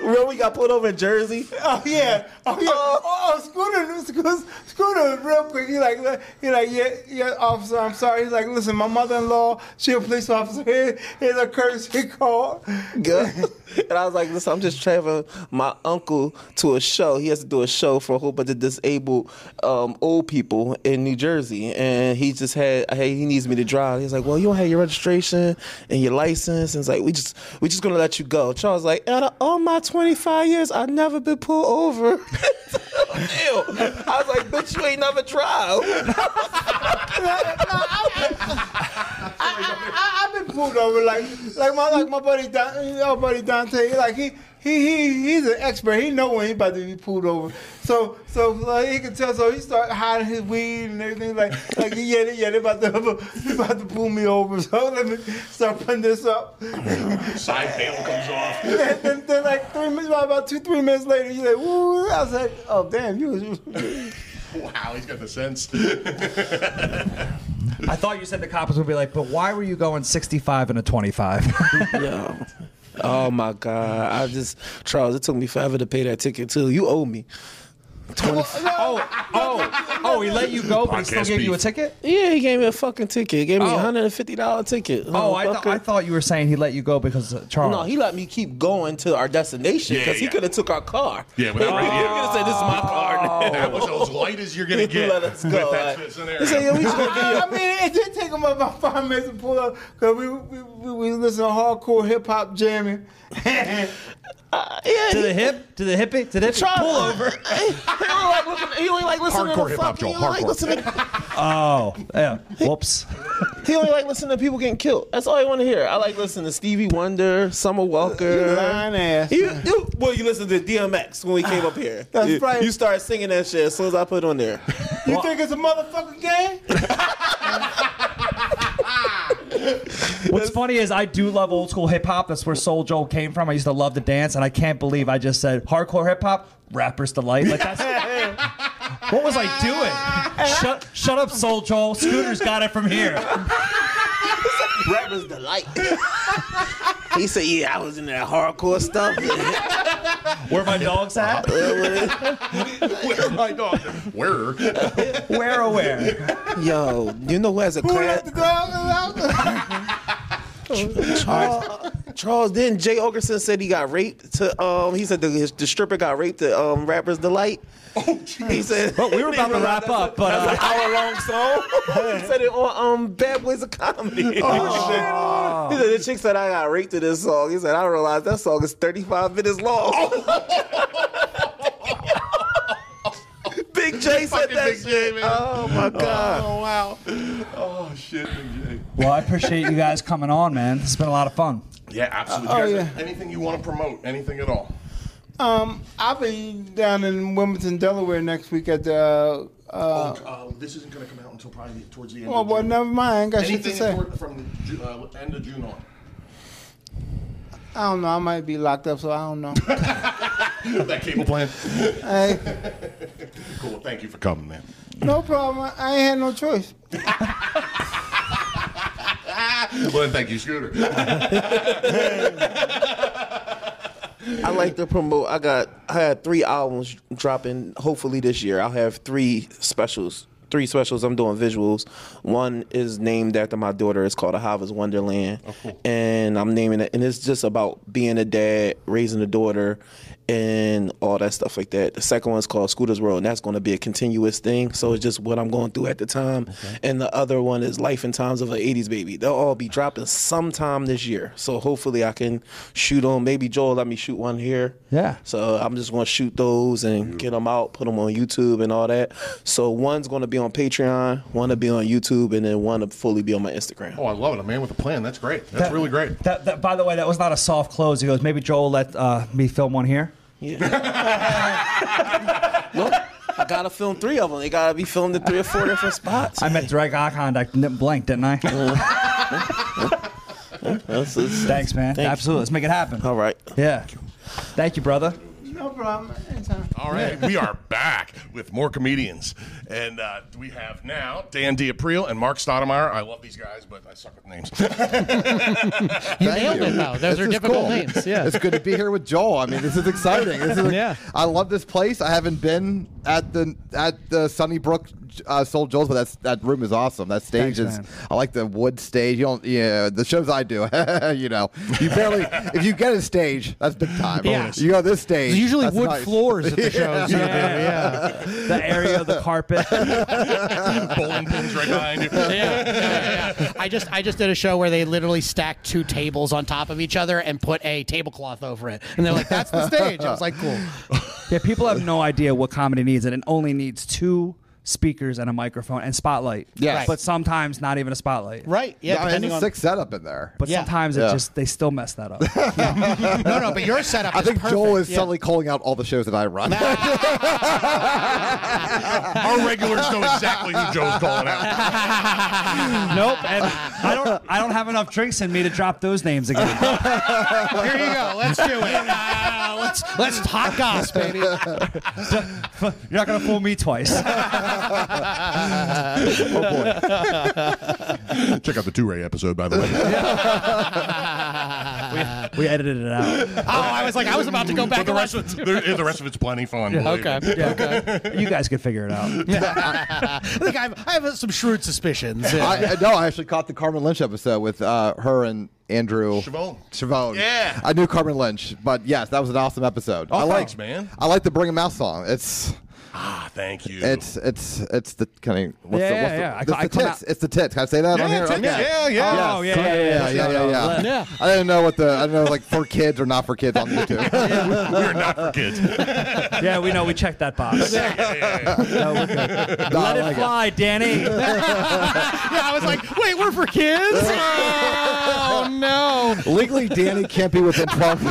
G: Remember we got pulled over in Jersey?
F: Oh yeah, oh yeah, oh, oh Scooter, Scooter, Scooter, real quick. He like, look- he like, yeah, yeah, officer, I'm sorry. He's like, listen, my mother-in-law, she a police officer. Here, here's a courtesy call. <laughs> Oh,
G: Good. <laughs> And I was like, listen, I'm just traveling my uncle to a show. He has to do a show for a whole bunch of disabled um, old people in New Jersey. And he just had, hey, he needs me to drive. He's like, well, you don't have your registration and your license. And it's like, we just, we just gonna let you go. Charles like, out of all my 25 years, I've never been pulled over. <laughs> Ew. I was like, bitch, you ain't never drive.
F: I, I've been pulled over, like, like my, like my buddy, Don, our buddy Dante. Like he, he, he, he's an expert. He know when he about to be pulled over. So, so like, he can tell. So he start hiding his weed and everything. Like, like yeah, they- yeah, they about to, <laughs> they about to pull me over. <laughs> So let me start putting this up.
C: <laughs> Side panel comes off.
F: then, then, then like three minutes, about two, three minutes later, you like, ooh, I was like, oh damn, you. was- <laughs>
C: Wow, he's got the sense.
D: <laughs> I thought you said the cops would be like, but why were you going 65 and a 25?
G: Yo. <laughs> Oh my God. I just, Charles, it took me forever to pay that ticket too. You owe me.
E: Twenty.
D: Oh, oh, <laughs> oh! He let you go, but he still
B: Podcast
D: gave you a
B: beef.
D: ticket.
G: Yeah, he gave me a fucking ticket. He gave me a
D: Oh.
G: hundred and fifty dollar ticket.
D: Oh, I, th-
G: Motherfucker.
D: I thought you were saying he let you go because of Charles.
G: No, he let me keep going to our destination
C: Yeah,
G: because he
C: yeah.
G: could have took our car.
C: Yeah,
F: Oh.
C: Oh. without
G: he
C: radio.
G: could have said, "This is my <laughs> car."
C: That was as light as you're gonna
G: He
C: get.
G: let us
C: with
G: go.
C: that
G: like,
C: scenario.
G: he
C: <laughs>
G: said, "Yeah, we just gonna give you."
F: I I mean, it did take him about <laughs> five minutes to pull up because we, we we we listen to hardcore hip hop jamming. <laughs>
G: Uh, yeah,
D: to
G: he-
D: the hip, to the hippie, to the hippie.
G: Charles-
D: Pull over.
G: <laughs> he only like listen- he only like listening
C: Hardcore
G: to
C: hip-hop,
G: fucking. He
C: Joel,
G: only like
C: hardcore.
D: Oh,
G: listening.
D: yeah. Whoops.
G: He only like listening to people getting killed. That's all I want to hear. I like listening to Stevie Wonder, Summer
F: You
G: Walker.
F: lying ass.
G: You, you, well, you listened to DMX when we came up here.
F: That's
G: you,
F: right.
G: You started singing that shit as soon as I put it on there.
F: You think it's a motherfucking game?
D: What's funny is I do love old school hip hop. That's where Soul Joel came from. I used to love to dance, and I can't believe I just said hardcore hip hop, rappers delight. Like
G: <laughs>
D: that's. What was I doing? Shut, shut up, Soul Joel. Scooter's got it from here.
G: Rappers delight. <laughs> he said, "Yeah, I was in that hardcore stuff." <laughs>
D: Where my dog's at?
C: Where my dog? Where?
D: Where or where?
G: Yo, you know who has a
F: Who let
G: class?
F: the dog out?
G: Charles, Charles. Then Jay Ogerson said he got raped. To um, he said the, his, the stripper got raped at um, Rappers Delight. Oh, he said.
D: Well, we were about to wrap up, but uh,
G: That's an hour long song. <laughs> he said it on um, Bad Boys of Comedy. Oh, shit. <laughs> He said, the chick said, I got raped to this song. He said, I realized that song is 35 minutes long. <laughs> Big J said
C: Fucking
G: that
C: Big J,
G: shit.
C: man.
G: Oh, my God.
C: Oh wow. Oh shit, Big J.
D: well, I appreciate you guys coming on, man. It's been a lot of fun.
C: Yeah, absolutely. You
F: oh,
C: guys, Anything you want to promote? Anything at all?
F: Um, I'll be down in Wilmington, Delaware next week at the. Uh, uh,
C: oh, uh, this isn't going to come out until probably towards the end.
F: oh,
C: of
F: well,
C: June.
F: never mind. I ain't got shit to
C: Anything
F: say.
C: toward- from the Ju- uh, end of June on.
F: I don't know. I might be locked up, so I don't know. <laughs>
C: that cable plan.
F: Hey,
C: Cool. Thank you for coming, man.
F: no problem. I- I ain't had no choice.
C: Well, and thank you, Scooter.
G: I like to promote. I got I had three albums dropping. Hopefully this year, I'll have three specials. Three specials. I'm doing visuals. One is named after my daughter. It's called A Hava's Wonderland, and I'm naming it. And it's just about being a dad, raising a daughter, and all that stuff like that. The second one's called Scooter's World, and that's going to be a continuous thing. So it's just what I'm going through at the time. And the other one is Life and Times of an 80s Baby. They'll all be dropping sometime this year. So hopefully I can shoot on. Maybe Joel let me shoot one here.
D: Yeah.
G: So I'm just going to shoot those and get them out, put them on YouTube and all that. So one's going to be on Patreon, one will be on YouTube, and then one will fully be on my Instagram.
C: Oh, I love it. A man with a plan. That's great. That's
D: That-
C: really great.
D: That, that, by the way, that was not a soft close. He goes, maybe Joel let uh, me film one here.
G: Look, I got to film three of them. They got to be filmed in three or four different spots.
D: I met Drake Icon. I didn't blank, didn't I?
G: That's- that's-
D: Thanks, man.
G: Thank you.
D: Absolutely. Let's make it happen.
G: All right.
D: Yeah. Thank you, brother.
F: No problem. Anytime.
C: All right, we are back with more comedians, and uh, we have now Dan D'April and Mark Stoudemire. I love these guys, but I suck with names. <laughs>
H: You nailed it, though. Those
I: This
H: are
I: is
H: difficult
I: cool.
H: names. Yeah.
I: It's good to be here with Joel. I mean, this is exciting.
H: <laughs>
I: This is
H: Yeah.
I: I love this place. I haven't been at the at the Sunnybrook uh, Soul Joel's, but that's that room is awesome. That stage
D: Thanks,
I: is
D: man.
I: I like the wood stage. You don't yeah, the shows I do, <laughs> you know. You barely if you get a stage, that's big time.
H: Yeah.
I: You got this stage.
H: There's usually
I: that's
H: wood
I: nice.
H: floors at the shows. you do, yeah.
D: The area of the carpet.
C: Bowling pins right behind you.
H: Yeah, yeah, yeah. I just I just did a show where they literally stacked two tables on top of each other and put a tablecloth over it, and they're like, "That's the stage." I was like, "Cool."
D: yeah, people have no idea what comedy needs, and it only needs two speakers and a microphone and spotlight.
I: Yes. Right.
D: But sometimes not even a spotlight.
H: Right? Yeah.
I: I mean,
H: depending
I: it's a
H: on
I: sick setup in there.
D: But
H: Yeah.
D: sometimes it
I: Yeah.
D: just they still mess that up.
H: <laughs> no, no. But your setup.
I: I
H: is
I: think
H: perfect.
I: Joel is
H: yeah.
I: suddenly calling out all the shows that I run. <laughs>
C: Our regulars know exactly who Joe's calling out.
D: <laughs> nope. And I don't I don't have enough drinks in me to drop those names again.
H: Here you go. Let's
D: <laughs>
H: do it. Ah, let's let's hot goss, baby.
D: You're not gonna fool me twice.
C: <laughs> Check out the Two Ray episode, by the way.
H: we
D: we edited it out.
H: Oh, I was like, I was about to go
C: But
H: back
C: the
H: and
C: rest
H: watch.
C: of the, the rest of it's plenty fun. believe
H: Okay.
C: me.
H: Okay.
D: You guys could figure it out.
H: I think I have, I have some shrewd suspicions.
E: I, I- no, I actually caught the Carmen Lynch episode with uh, her and Andrew
C: Chavon.
E: Chavon.
C: Yeah. Oh,
E: I knew Carmen Lynch, but yes, that was an awesome episode. I like,
C: thanks, man.
E: I like the Bring 'Em Out song. It's
C: Ah, thank you.
E: it's it's it's the kind of what's
D: Yeah,
E: the,
D: yeah,
E: what's the,
D: yeah. I
E: it's
D: ca- I
E: the
D: come
E: tits. It's the tits. Can I say that
C: yeah,
E: on here?
C: take it.
E: Okay.
C: yeah, yeah.
D: Oh,
E: Yes.
D: yeah, yeah, yeah,
E: yeah,
D: yeah, yeah.
E: yeah, yeah. I didn't know what the I don't know like for kids or not for kids
D: <laughs>
E: on YouTube.
C: We're not for kids.
D: Yeah, we know. We checked that box. No, we're good.
E: No, I
D: Let it <laughs>
E: like
D: fly, Danny.
H: yeah, I was like, wait, we're for kids? oh no!
E: Legally, Danny can't be within
D: <laughs>
E: 12.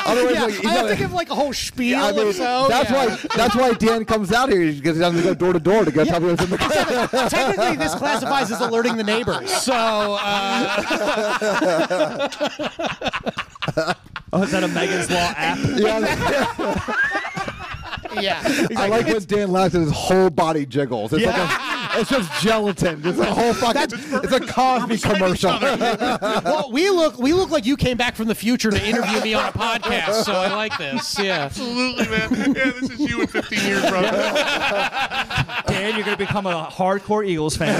E: Otherwise,
H: Yeah,
E: like, he's
H: I have
E: not-
H: to give like a whole spiel.
E: I mean,
H: or so.
E: that's
H: yeah.
E: why that's why Dan comes out here because he doesn't go door to door to go tell people what's
H: <laughs>
E: in the
H: Technically, this classifies as alerting the neighbors. So uh,
D: Oh, is that a Megan's Law app?
E: <laughs> Yeah,
H: yeah,
E: I like when Dan laughs and his whole body jiggles. It's like a, it's just gelatin. It's a whole fucking. It's a Cosby commercial.
H: well, we look we look like you came back from the future to interview me on a podcast. So I like this. Yeah.
C: Absolutely, man. Yeah, this is you in 15 years, brother.
D: Dan, you're gonna become a hardcore Eagles fan.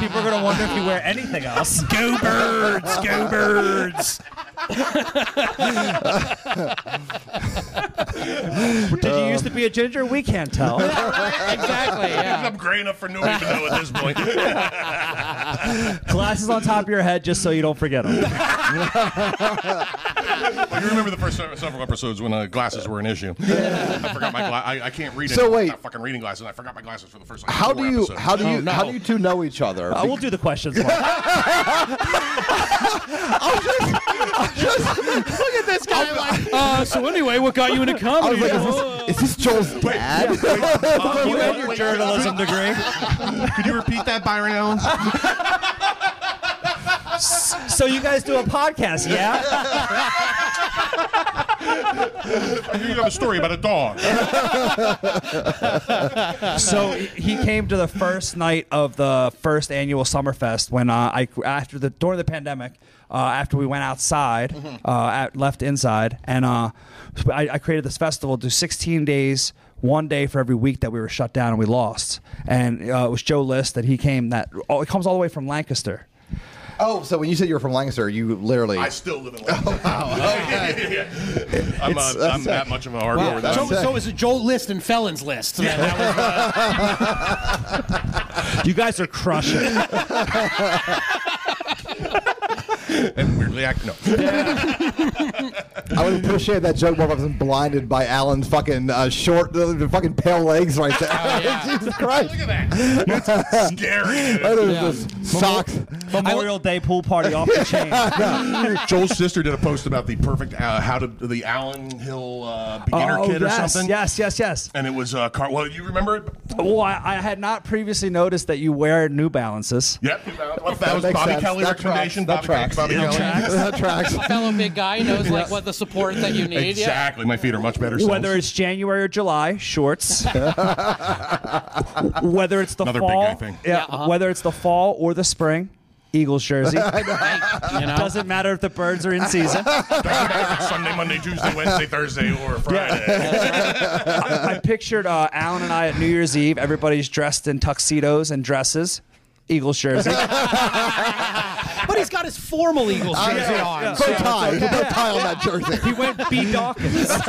D: People are gonna wonder if you wear anything else.
B: Go birds, go birds.
D: Did you used to be a ginger? We can't <laughs> tell.
H: Exactly. Yeah.
C: I'm gray enough for no even know at this point.
D: Glasses on top of your head just so you don't forget them.
C: Well, you remember the first se- several episodes when uh, glasses were an issue. I forgot my gla- I, I can't read.
E: So
C: anymore.
E: wait.
C: I'm not fucking reading glasses. I forgot my glasses for the first. Like,
E: <laughs> How
C: four
E: do you
C: episodes.
E: how do you how do you two know each other?
H: Oh,
D: Uh, <laughs> we'll do the questions. Later.
H: Look at this guy. Like, uh, so anyway, what got you into
E: I
H: comedy?
E: was like, is this, is this Joel's dad? <laughs>
C: Uh,
D: You had your journalism degree.
C: <laughs> Could you repeat that, Byron <laughs> Allen?
D: So you guys do a podcast, <laughs> yeah?
C: you have a story about a dog.
D: So he came to the first night of the first annual Summerfest when uh, I after the during the pandemic. Uh, after we went outside, uh, at, left inside, and uh, I, I created this festival, do 16 days, one day for every week that we were shut down and we lost. And uh, it was Joe List that he came. That oh, it comes all the way from Lancaster.
E: oh, so when you said you were from Lancaster, you literally.
C: I still live in. Oh, <laughs> wow. I'm, uh, I'm that much of a hardcore.
E: Wow,
C: that
E: that's
H: Joe,
C: I'm-
H: so is it Joel List and Felons List? And that was, uh,
D: You guys are crushing.
C: and weirdly, I no.
E: I would appreciate that joke more if I wasn't blinded by Alan's fucking uh, short, uh, fucking pale legs right there.
H: Oh,
E: <laughs>
H: yeah.
E: Jesus Christ. Look at
C: Scary. Uh, dude.
E: socks.
D: <laughs> Memorial Day pool party off the chain.
C: Joel's sister did a post about the perfect uh, how to the Allen Hill uh, beginner
D: oh,
C: kit or
D: yes,
C: something.
D: yes, yes, yes.
C: And it was uh, car. Well, you remember? it?
D: Well, I, I had not previously noticed that you wear New Balances.
C: Yep. Well, <laughs> that, was
E: Makes
C: Bobby
E: sense.
C: Kelly's
E: That tracks.
C: recommendation.
E: That
C: Bobby, Kelly-
E: tracks.
C: Bobby Kelly.
E: that tracks.
H: uh,
J: <laughs> fellow big guy knows like what the support that you need.
C: Exactly. My feet are much better.
D: Whether it's January or July, shorts. whether it's the
C: Another big
D: fall,
C: guy thing.
D: Yeah, whether it's the fall or the spring, Eagles jersey.
J: Yeah. You know?
D: Doesn't matter if the birds are in season.
C: Sunday, Monday, Tuesday, Wednesday, Thursday, or Friday.
D: I, I pictured uh, Alan and I at New Year's Eve. Everybody's dressed in tuxedos and dresses. Eagles jersey.
H: but he's got his formal Eagles jersey on.
E: Bow tie. Bow tie on that <laughs> jersey.
D: he went B
C: <laughs>
D: Dawkins.
C: That's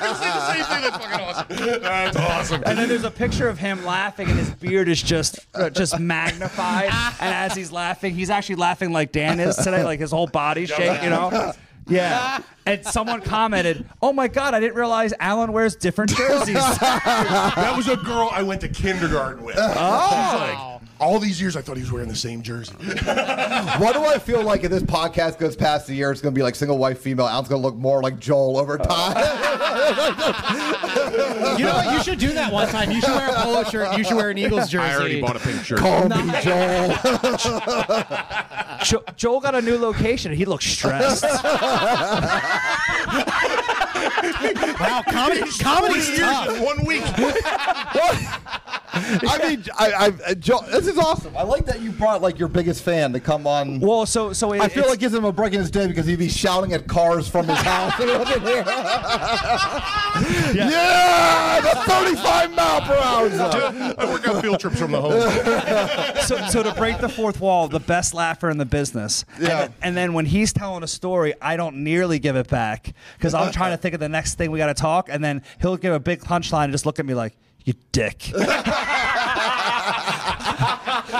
C: fucking awesome. That's awesome.
D: And then there's a picture of him laughing, and his beard is just uh, just magnified. And as he's laughing, he's actually laughing like Dan is today, like his whole body shake, you know? Yeah. And someone commented, "Oh my God, I didn't realize Alan wears different jerseys."
C: That <laughs> was a girl I went to kindergarten with.
E: Uh,
H: Wow.
C: All these years, I thought he was wearing the same jersey.
E: What do I feel like if this podcast goes past the year? It's gonna be like single white female. Alan's gonna look more like Joel over <laughs> time.
H: <laughs> You know what? You should do that one time. You should wear a polo shirt. You should wear an Eagles jersey.
C: I already bought a pink shirt.
E: <laughs> Call me Joel.
D: jo- Joel got a new location, and he looks stressed.
H: Wow, comedy, comedy's
C: Years
H: tough.
C: <laughs> in one week.
E: I mean, I, I, I- Joe, this is awesome. I like that you brought like your biggest fan to come on.
D: Well, so so it,
E: I feel
D: it's-
E: like gives him a break in his day because he'd be shouting at cars from his house. <laughs> yeah. the 35 mile per hour zone.
C: uh, I work out field trips from the home.
D: so, so to break the fourth wall, the best laugher in the business. And
E: Yeah.
D: then- And, then when he's telling a story, I don't nearly give it back because I'm trying to think of the next thing we got to talk, and then he'll give a big punchline and just look at me like, "You
E: <laughs>
D: dick."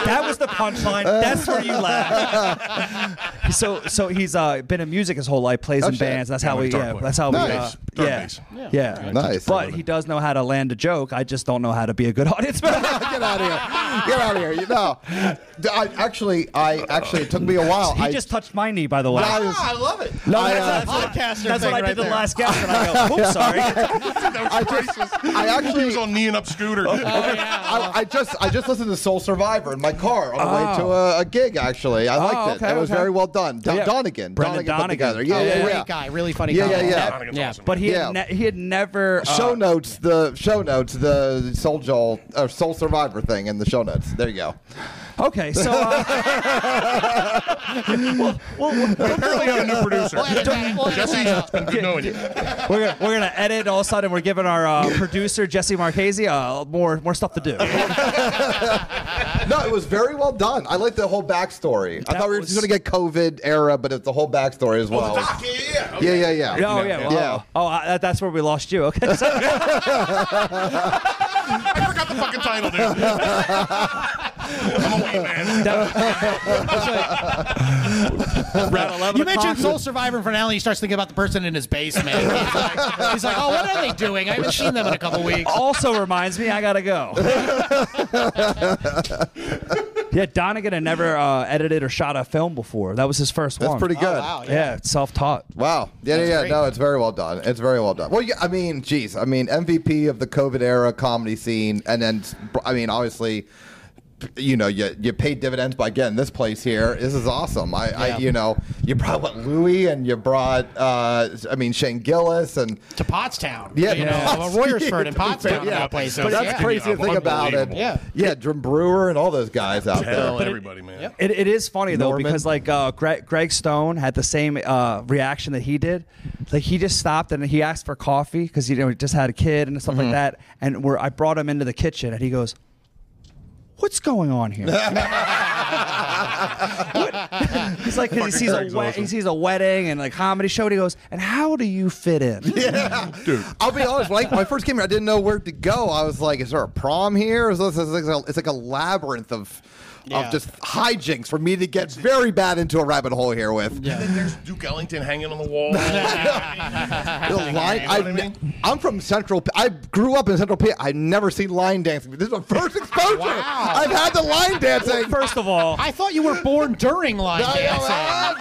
D: that was the punchline. That's where you laugh.
E: <laughs>
D: so, so he's uh, been in music his whole life, plays in
E: Oh, shit.
D: bands. That's how
C: I'm a
D: we.
C: dark
D: Yeah,
C: player.
D: that's how we. Uh,
C: Nice. Dark
D: yeah.
C: bass.
D: yeah,
E: Nice.
D: But he does know how to land a joke. I just don't know how to be a good <laughs> audience member.
E: <laughs> Get out of here. Get out of here. You know, I actually, I actually, it took me a while.
D: He
E: I
D: just Ah, touched my knee, by the way.
E: I was-
K: love it.
E: No, I,
D: that's,
E: uh,
D: that's what-
H: podcaster
D: that's
H: thing
D: what I
H: right
D: did the
H: there.
D: last guest, and I go, "Oops, sorry."
E: I just, I
C: He
E: actually,
C: was on kneeing up scooter. <laughs>
E: I, I just I just listened to Soul Survivor in my car on the way to a, a gig. Actually, I liked it.
D: okay,
E: it was
D: okay.
E: very well done. Don,
D: Yeah.
E: Donegan,
D: Brendan
E: Donegan, put
D: Donegan.
E: together. Yeah, yeah,
H: Great
E: yeah.
H: guy, really funny
E: Yeah,
H: guy.
E: yeah, yeah.
H: That- yeah.
D: But he had
E: Yeah.
D: ne- he had never uh,
E: Show notes, the show notes, the Soul Joel, uh, Soul Survivor thing in the show notes. There you go.
D: Okay, so uh, well, well,
C: Apparently, not a new producer.
H: <laughs> We'll edit that- we'll edit
C: Jesse,
H: that
C: it's been good knowing you.
D: we're gonna, we're gonna edit. All of a sudden, we're giving our uh, producer Jesse Marchese uh, more more stuff to do.
E: No, it was very well done. I liked the whole backstory. I
D: That
E: thought we were
D: was-
E: just going to get COVID era, but it's the whole backstory as well.
C: Oh, Yeah,
E: yeah, yeah, yeah.
D: Oh yeah, well,
E: Yeah.
D: oh, I, that, that's where we lost you. Okay, <laughs> so,
C: I forgot the fucking title, dude. <laughs> I'm a weed man.
D: about 11
H: You mentioned
D: o'clock.
H: Soul Survivor and finale. He starts thinking about the person in his basement. He's like, he's like, oh, what are they doing? I haven't seen them in a
J: <laughs>
H: couple weeks.
D: Also reminds me, I gotta go. yeah, Donegan had never uh, edited or shot a film before. That was his first
E: That's
D: one.
E: pretty good.
H: wow.
D: Yeah, self-taught.
E: Wow. Yeah, yeah, yeah.
H: great.
E: No, it's very well done. It's very well done. Well, yeah, I mean, geez. I mean, MVP of the COVID era comedy scene. And then, I mean, obviously, you know, you, you pay dividends by getting this place here. This is awesome. I, I
H: Yeah.
E: you know, you brought what, Louis and you brought, uh, I mean, Shane Gillis. And
H: To Pottstown.
E: Yeah,
H: You
E: yeah.
H: know,
E: <laughs>
H: Royersford and Pottstown.
E: Yeah.
H: Yeah. Places.
E: but that's
H: yeah.
E: crazy to think about it.
C: Unbelievable.
H: Yeah.
E: Yeah. Jim Brewer and all those guys out there.
C: Tell everybody, man.
H: Yep.
D: It, it is funny though
E: Norman.
D: because like uh, Greg, Greg Stone had the same uh, reaction that he did. Like he just stopped and he asked for coffee because you know he just had a kid and stuff like that. And where I brought him into the kitchen and he goes, "What's going on here?" What? He's like, 'cause he
C: Fucking
D: sees a
C: Greg's
D: wed-
C: awesome.
D: he sees a wedding and like comedy show, and he goes, "And how do you fit in?"
E: <laughs>
C: Dude,
E: I'll be honest. Like my first came here, I didn't know where to go. I was like, "Is there a prom here? Is this, is this like a, it's like a labyrinth of
H: Yeah.
E: of just hijinks for me to get very bad into a rabbit hole here with."
C: and then there's Duke Ellington hanging on the <laughs> wall.
E: The line, I,
C: I mean?
E: am from Central. P- I grew up in Central P. I've never seen line dancing. This is my first exposure.
H: Wow.
E: I've had the line dancing.
D: First of all,
H: I thought you were born during line
E: I know,
H: dancing.
E: what?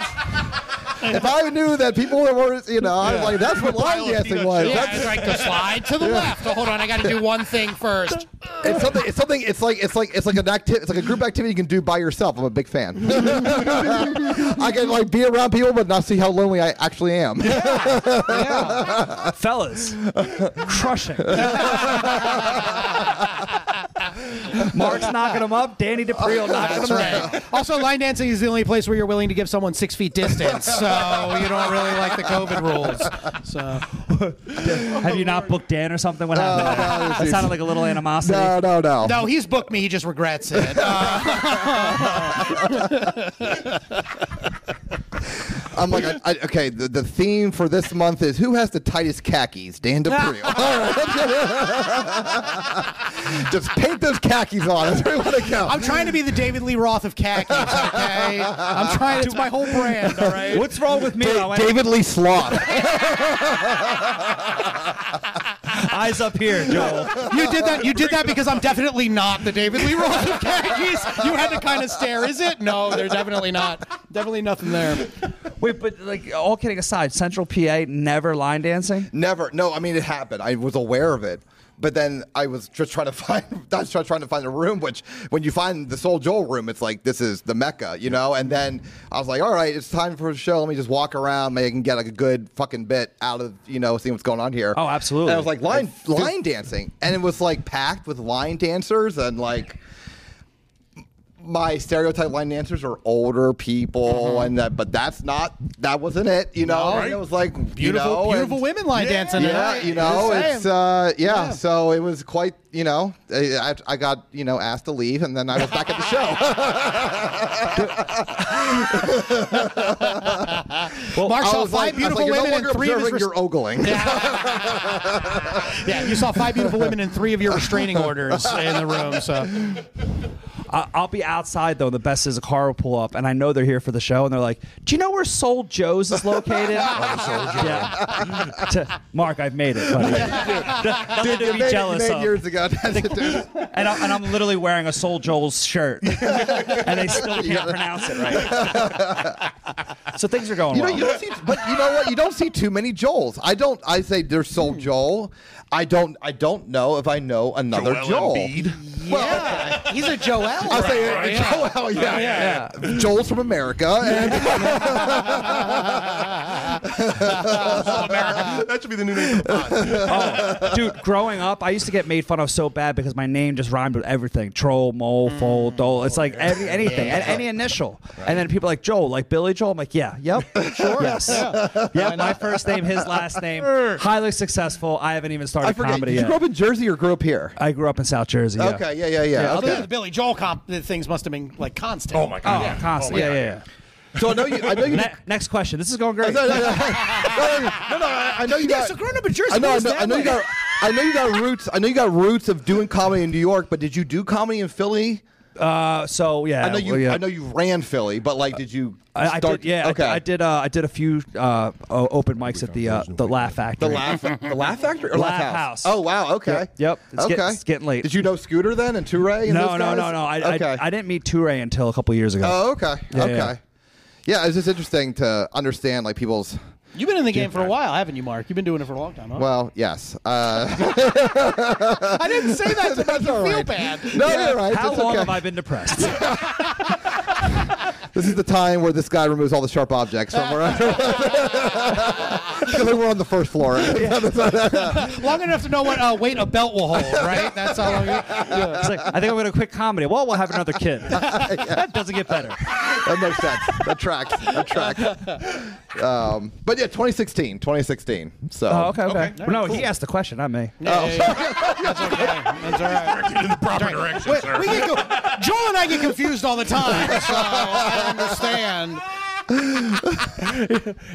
E: <laughs> if I knew that people that were, you know, I was like, that's what line
C: Pilot
E: dancing
C: peanut
E: was.
H: Yeah,
E: That's-
H: it's like the slide to the left. Oh, hold on, I got to do one thing
E: <laughs>
H: first.
E: It's something. It's something. It's like. It's like. It's like an acti- It's like a group activity you can do by yourself. I'm a big fan. <laughs> I can like be around people, but not see how lonely I actually
H: <laughs>
E: am.
D: fellas, crushing. Mark's knocking him up. Danny DePrio knocking
H: That's
D: him down.
H: right. Also, line dancing is the only place where you're willing to give someone six feet distance, so you don't really like the COVID rules.
D: <laughs>
H: So
D: Have you not booked Dan or something? What happened?
E: no,
D: there?
E: this
D: that
E: is-
D: sounded like a little animosity.
E: no, no, no.
H: no, he's booked me. He just regrets it. Uh,
E: I'm like, I, I, okay. The, the theme for this month is who has the tightest khakis, Dan
H: <laughs>
E: DePrio. All right. <laughs> Just paint those khakis on. That's where we want to go.
H: I'm trying to be the David Lee Roth of khakis. Okay, I'm trying. It's my whole brand. All right.
D: What's wrong with me? I went,
E: David Lee Sloth.
D: eyes up here, Joel.
H: You did that. You did that because I'm definitely not the David Lee Roth of khakis. You had to kind of stare. Is it? No, they're definitely not. Definitely nothing there.
D: Wait, but like all kidding aside, Central PA never line dancing.
E: Never. No, I mean it happened. I was aware of it, But then I was just trying to <laughs> find, I was try- trying to find a room. Which, when you find the Soul Joel room, it's like this is the mecca, you know. And then I was like, all right, it's time for a show. Let me just walk around, maybe I can get like a good fucking bit out of, you know, seeing what's going on here.
D: Oh, absolutely.
E: And I was like line line dancing, and it was like packed with line dancers and like my stereotype line dancers are older people,
H: Uh-huh.
E: and that, but that's not that wasn't it, you know. And it was like you
H: Beautiful,
E: know,
H: beautiful
E: and-
H: women line dancing.
E: Yeah,
H: tonight.
E: you know,
H: Just saying.
E: it's uh, yeah,
H: Yeah.
E: So it was quite, you know, I, I- I got you know asked to leave, and then I was
H: <laughs>
E: back at the show.
H: Mark
E: I
H: saw
E: was like,
H: Oh, five
E: I was
H: beautiful
E: like, you're no
H: women
E: longer
H: and three of his
E: observing,
H: res-
E: you're ogling.
H: yeah, you saw five beautiful women and three of
E: <laughs>
H: your restraining orders in the room. So
D: I- I'll be outside though. and The best is a car will pull up, and I know they're here for the show. And they're like, "Do you know where Soul Joe's is
E: <laughs>
D: located?"
E: Oh,
D: yeah. To- Mark, I've made it.
E: <laughs>
D: Buddy. Nothing to be
E: <laughs> Made it-
D: jealous
E: made
D: of.
E: years ago. <laughs> That's it, dude.
D: And, I, and I'm literally wearing a Soul Joel's
E: <laughs>
D: shirt, and they still can't pronounce it right.
E: <laughs>
D: so things are going
E: You know,
D: well.
E: you don't see, but you know what? You don't see too many Joels. I don't. I say there's
H: Hmm.
E: Soul Joel. I don't. I don't know if I know another
C: Joel
E: Joel.
C: Embiid.
H: yeah, he's
E: <laughs>
H: a Joel.
E: I say
H: right?
E: it- Joel. Yeah, Joel's from
H: <laughs>
E: America. And
C: that should be the new name. Of the <laughs> pod.
D: oh, dude, growing up, I used to get made fun of so bad because my name just rhymed with everything: troll, mole, fold, dole. It's like every anything, and any initial. And then people are like Joel, like Billy Joel. I'm like, yeah, yep, <laughs> sure, yes, yeah. My first name, his last <laughs> name. Highly successful. I haven't even started
E: <laughs> I forget.
D: comedy
E: Did you
D: yet.
E: grow up in Jersey or grew up here?
D: I grew up in South Jersey. Yeah.
E: Okay. Yeah. Yeah. Yeah.
H: Other than
E: okay.
H: the Billy Joel comp, the things must have been like constant.
B: Oh my
D: Oh,
B: god!
D: constant. yeah, yeah, yeah.
E: So I know you. I know you.
D: Ne- next question. This is going great.
E: <laughs> no, no, no, no, no, no, no, I I know you
H: Yeah,
E: got.
H: so growing up in Jersey,
E: I know,
H: what
E: I
H: was
E: know,
H: that
E: I know you
H: like?
E: got. I know you got roots. I know you got roots of doing comedy in New York, but did you do comedy in Philly?
D: Uh, so yeah,
E: I know you.
D: well, yeah.
E: I know you ran Philly, but like, did you?
D: I, I
E: start,
D: did, yeah,
E: Okay.
D: I, did. Uh, I did a few uh, o- open mics at the uh, the Laugh Factory.
E: The laugh, the laugh factory, or
D: Laugh
E: laugh house?
D: House.
E: Oh wow, okay.
D: Yep, yep. It's
E: okay.
D: get- it's getting late.
E: Did you know Scooter then and Toure? And
D: No,
E: those
D: no,
E: guys?
D: no, no. I,
E: okay.
D: I, I didn't meet Toure until a couple years ago.
E: oh, okay.
D: Yeah,
E: okay.
D: yeah.
E: Yeah. it's just interesting to understand like people's.
H: You've been in the game for a while, haven't you, Mark? You've been doing it for a long time, huh?
E: Well, yes. Uh,
H: I didn't say
E: <laughs>
H: that to make you feel bad.
E: no, you're right.
D: How
E: it's
D: long
E: okay.
D: have I been depressed? <laughs>
E: This is the time where this guy removes all the sharp objects <laughs> from
D: <laughs>
E: around. Because we're on the
D: <laughs>
E: first floor. <laughs>
H: Long enough to know what uh, weight a belt will hold, right? That's how long. You,
D: It's like, I think I'm going to quit comedy. Well, we'll have another kid. That doesn't get better.
E: That makes sense. That tracks. That tracks. Um, but yeah, 2016. 2016. So.
D: Oh, okay, okay.
B: Okay.
D: Well, no, he asked the question, not me.
H: Yeah, yeah, yeah. That's okay. That's all right.
B: Directed in the proper direction, sir.
H: We get co- Joel and I get confused all
L: <laughs>
H: the time, so I understand.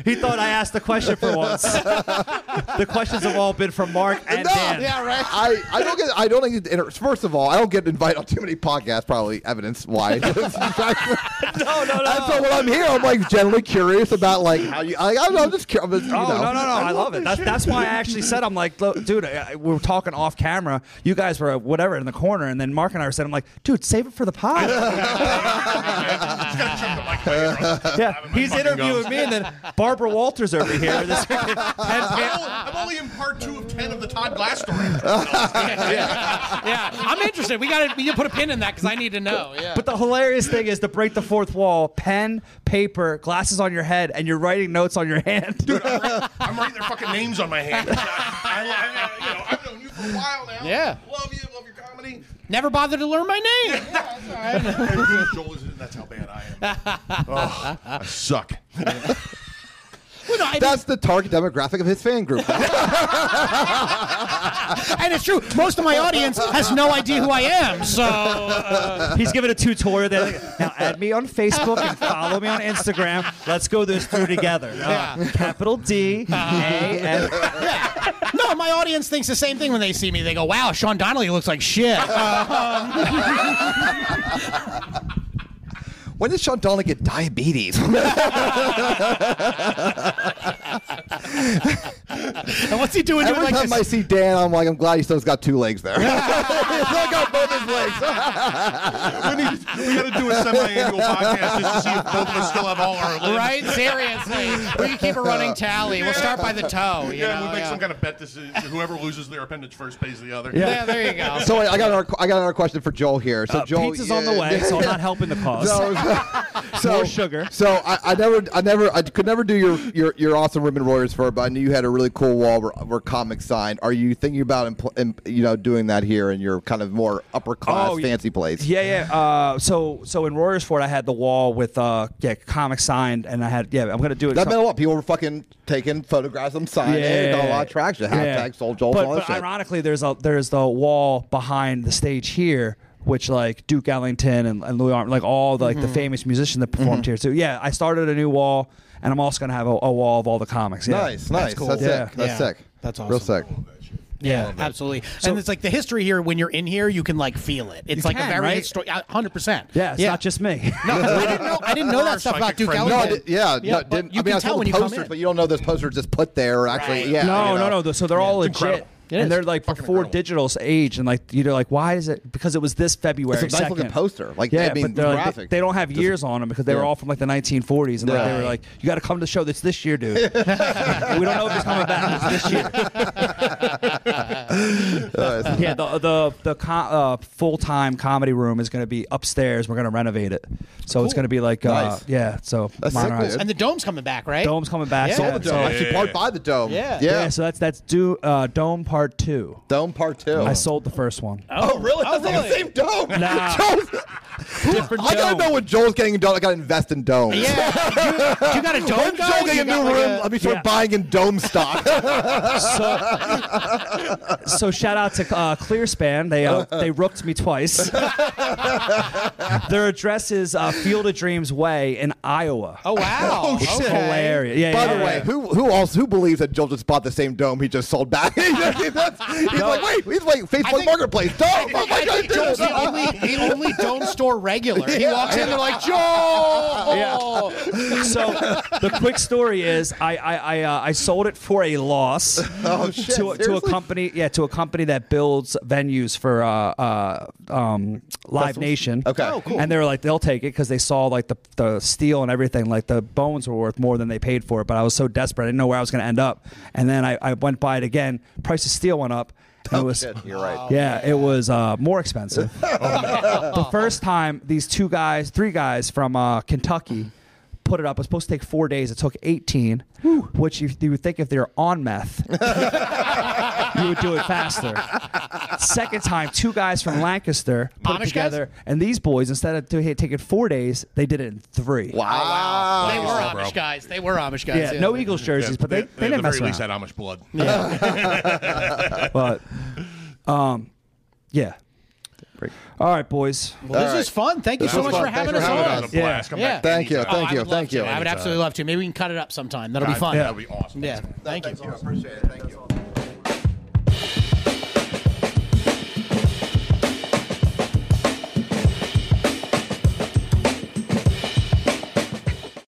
D: He thought I asked the question for
E: <laughs>
D: once. the questions have all been from Mark and
E: No,
D: Dan. <laughs>
H: Yeah, right.
E: I, I don't get I don't get inter- first of all I don't get invited on too many podcasts probably evidence wise <laughs> no no no and so when I'm here I'm like generally curious about like how you I, I don't know I'm just curious you
D: Oh
E: know.
D: no no no! I, love it. That's, that's why I actually said I'm like, "Look, dude. I, I- we were talking off camera. You guys were uh, whatever in the corner, and then Mark and I were said, I'm like, dude, save it for the pod. yeah, he's
B: fucking
D: interviewing
B: gums.
D: me, and then Barbara Walters over here. with this <laughs> freaking pen-
C: I'm only- I'm only in part two of ten of the Todd Glass story.
L: yeah, I'm interested. We got to you put a pin in that because I need to know. Yeah.
D: But the hilarious thing is to break the fourth wall: pen, paper, glasses on your head, and you're writing notes on your hand.
C: I'm writing their fucking names on my hand. I, I, I, you know, I've known you for a while now.
H: Yeah.
C: Love you. Love your comedy.
H: Never bothered to learn my name.
C: And Joel is in it, That's how bad I am. Oh, I suck.
H: Well, no, I mean-
E: that's the target demographic of his fan
D: <laughs>
E: group
H: and it's true. Most of my audience has no idea who I am. So uh,
D: He's giving a tutorial. There. Now add me on Facebook and follow me on Instagram. Let's go this through together. Uh, Capital D A N.
H: no, my audience thinks the same thing when they see me. They go, "Wow, Sean Donnelly looks
L: <laughs>
H: like shit." Uh, um,
E: when did Sean Donnelly get diabetes
H: and what's he doing? doing
E: Every
H: like
E: time <laughs>
H: this?
E: I see Dan, I'm like, I'm glad he still's got two legs <laughs> there. He's still got both his
C: we, need, we gotta do a semi-annual podcast just to see if both of us still have all our limbs.
H: Right? Seriously. We can keep a running tally. We'll start by the toe. you
C: Yeah,
H: know,
C: we make
H: yeah.
C: some kind of bet. This is whoever loses their appendage first pays the other.
H: Yeah, there you go.
E: So wait, I got another, I got another question for Joel here. So
D: Uh,
E: Joel,
D: pizza's on the way,
E: <laughs>
D: so I'm not helping <laughs> the cause.
E: So, so
D: More sugar.
E: So I, I never, I never, I could never do your your, your awesome ribbon warriors for, but I knew you had a really cool wall where, where comics signed. Are you thinking about impl- im- you know doing that here in your kind of more upper class
D: Oh, yeah.
E: fancy place?
D: Yeah, yeah. Uh, so, so in Royersford, I had the wall with uh, yeah, comic signed, and I had yeah. I'm gonna do it.
E: That
D: some-
E: meant a lot. People were fucking taking photographs of them, signing it, got a lot of traction. Hashtag
D: Yeah.
E: sold Joel,
D: But,
E: all
D: but
E: that shit.
D: ironically, there's a there's the wall behind the stage here, which like Duke Ellington and, and Louis Arm, like all the, like the famous musicians that performed here. So yeah, I started a new wall, and I'm also gonna have a, a wall of all the comics. Yeah.
E: Nice, nice. That's,
D: cool.
E: sick.
D: Yeah.
E: That's
H: Yeah.
E: sick.
H: That's
E: Real
H: awesome.
E: sick.
H: Yeah, absolutely. and it's like the history here. When you're in here, you can like feel it. It's like
D: can,
H: a very
D: right?
H: histo- uh, 100%.
D: Yeah, it's not just me.
H: No, 'cause <laughs> I didn't know. I didn't know that stuff about Duke
E: No, I
H: Ellington.
E: did, yeah, no,
H: but
E: didn't,
H: you
E: I mean,
H: can
E: I saw
H: tell when
E: the
H: you come
E: posters,
H: in.
E: but you don't know those posters just put there. Actually,
H: Right.
E: yeah.
D: no,
E: you know.
D: no, no. So they're all legit.
C: incredible.
H: It
D: And
H: is.
D: they're like before digital's age, and like you're like, why is it? Because it was this February.
E: It's a nice looking
D: 2nd.
E: poster. Like,
D: yeah,
E: I mean,
D: but they're, like,
E: graphic.
D: they, they don't have years on them because they were
E: Yeah.
D: all from like the 1940s, and like, they
E: Right.
D: were like, you got to come to the show that's this year, <laughs> dude. we don't know if it's coming back it's this year. yeah, the the the co- uh, full time comedy room is going to be upstairs. We're going to renovate it, so it's going to be like, uh,
E: Nice.
D: yeah. So
E: That's
D: minor
E: sick,
D: heights.
E: dude.
H: And the dome's coming back, right?
D: dome's coming back.
H: Yeah.
D: yeah,
H: Saw
E: The
D: so-
E: dome. Actually, part by the dome.
H: Yeah.
E: yeah.
D: yeah, so that's that's do, uh, dome part two.
E: Dome part two.
D: I sold the first one.
E: Oh, really?
H: Oh,
E: That's like the
H: really?
E: same dome. <laughs>
D: Nah.
E: Joel's-
H: Different
E: I gotta
H: dome.
E: know when Joel's getting a dome. I gotta invest in <laughs> domes.
H: Yeah. Oh, you, you got a dome.
E: When
H: guys?
E: Joel
H: You
E: getting a
H: got,
E: new
H: like,
E: room,
H: a-
E: I'll be sort
D: Yeah.
E: of buying in dome
H: <laughs>
E: stock.
D: So, so shout out to uh, Clearspan. They uh, they rooked me twice. Their address is uh, Field of Dreams Way in Iowa.
H: oh wow.
E: <laughs> Oh,
H: Okay.
E: shit.
D: Hilarious. Yeah,
E: By
D: yeah,
E: the
D: yeah.
E: way, who who also who believes that Joel just bought the same dome he just sold back? <laughs> he's like, wait, he's like Facebook
H: think-
E: Marketplace. Dome. Oh my
H: I
E: god,
H: think Joel's
E: <laughs>
H: the
E: Joel.
H: only, the only dome store regular. He
E: Yeah.
H: walks in,
E: <laughs>
H: they're like, Joel.
D: So the quick story is I I I, uh, I sold it for a loss
E: Oh, shit,
D: to, a- to a
E: seriously?
D: company yeah to a company that builds venues for uh, uh, um, Live Nation.
E: Okay. Oh, cool.
D: And they were like they'll take it because they saw like the, the steel and everything like the bones were worth more than they paid for it. But I was so desperate I didn't know where I was going to end up. And then I, I went by it again. Price of steel went up. And it was
E: Oh, You're right. Oh,
D: yeah, it was uh, more
E: <laughs>
D: expensive. the first time, these two guys, three guys from uh, Kentucky, put it up. It was supposed to take four days. It took 18, which you, you would think if they're on
E: <laughs>
D: meth, you would do it faster. Second time, two guys from Lancaster put
H: Amish
D: it
H: guys?
D: together, and these boys, instead of doing it taking four days, they did it in three.
E: Wow.
H: They were
C: Wow, bro.
H: Amish guys. They were Amish guys.
D: Yeah, no Eagles jerseys, but they, they,
C: at
D: didn't
C: the
D: mess
C: very least
D: around.
C: had Amish blood.
D: But, um, yeah. All right, boys.
H: Well, this is fun. Thank you so
E: was
H: much
E: fun.
H: for having
E: Thanks
H: us
E: for
C: That was
E: having
H: on.
C: a
E: us.
C: blast. Come
H: Yeah.
C: back
E: Thank you.
C: anytime.
E: Thank
H: Oh, I
E: you.
H: would love
E: Thank you.
H: to. I would absolutely love to. Maybe we can cut it up sometime. That'll be
C: God,
H: fun.
C: That'd be awesome.
H: Yeah.
C: Thanks, man.
H: Thank you.
E: Appreciate it. Thank you.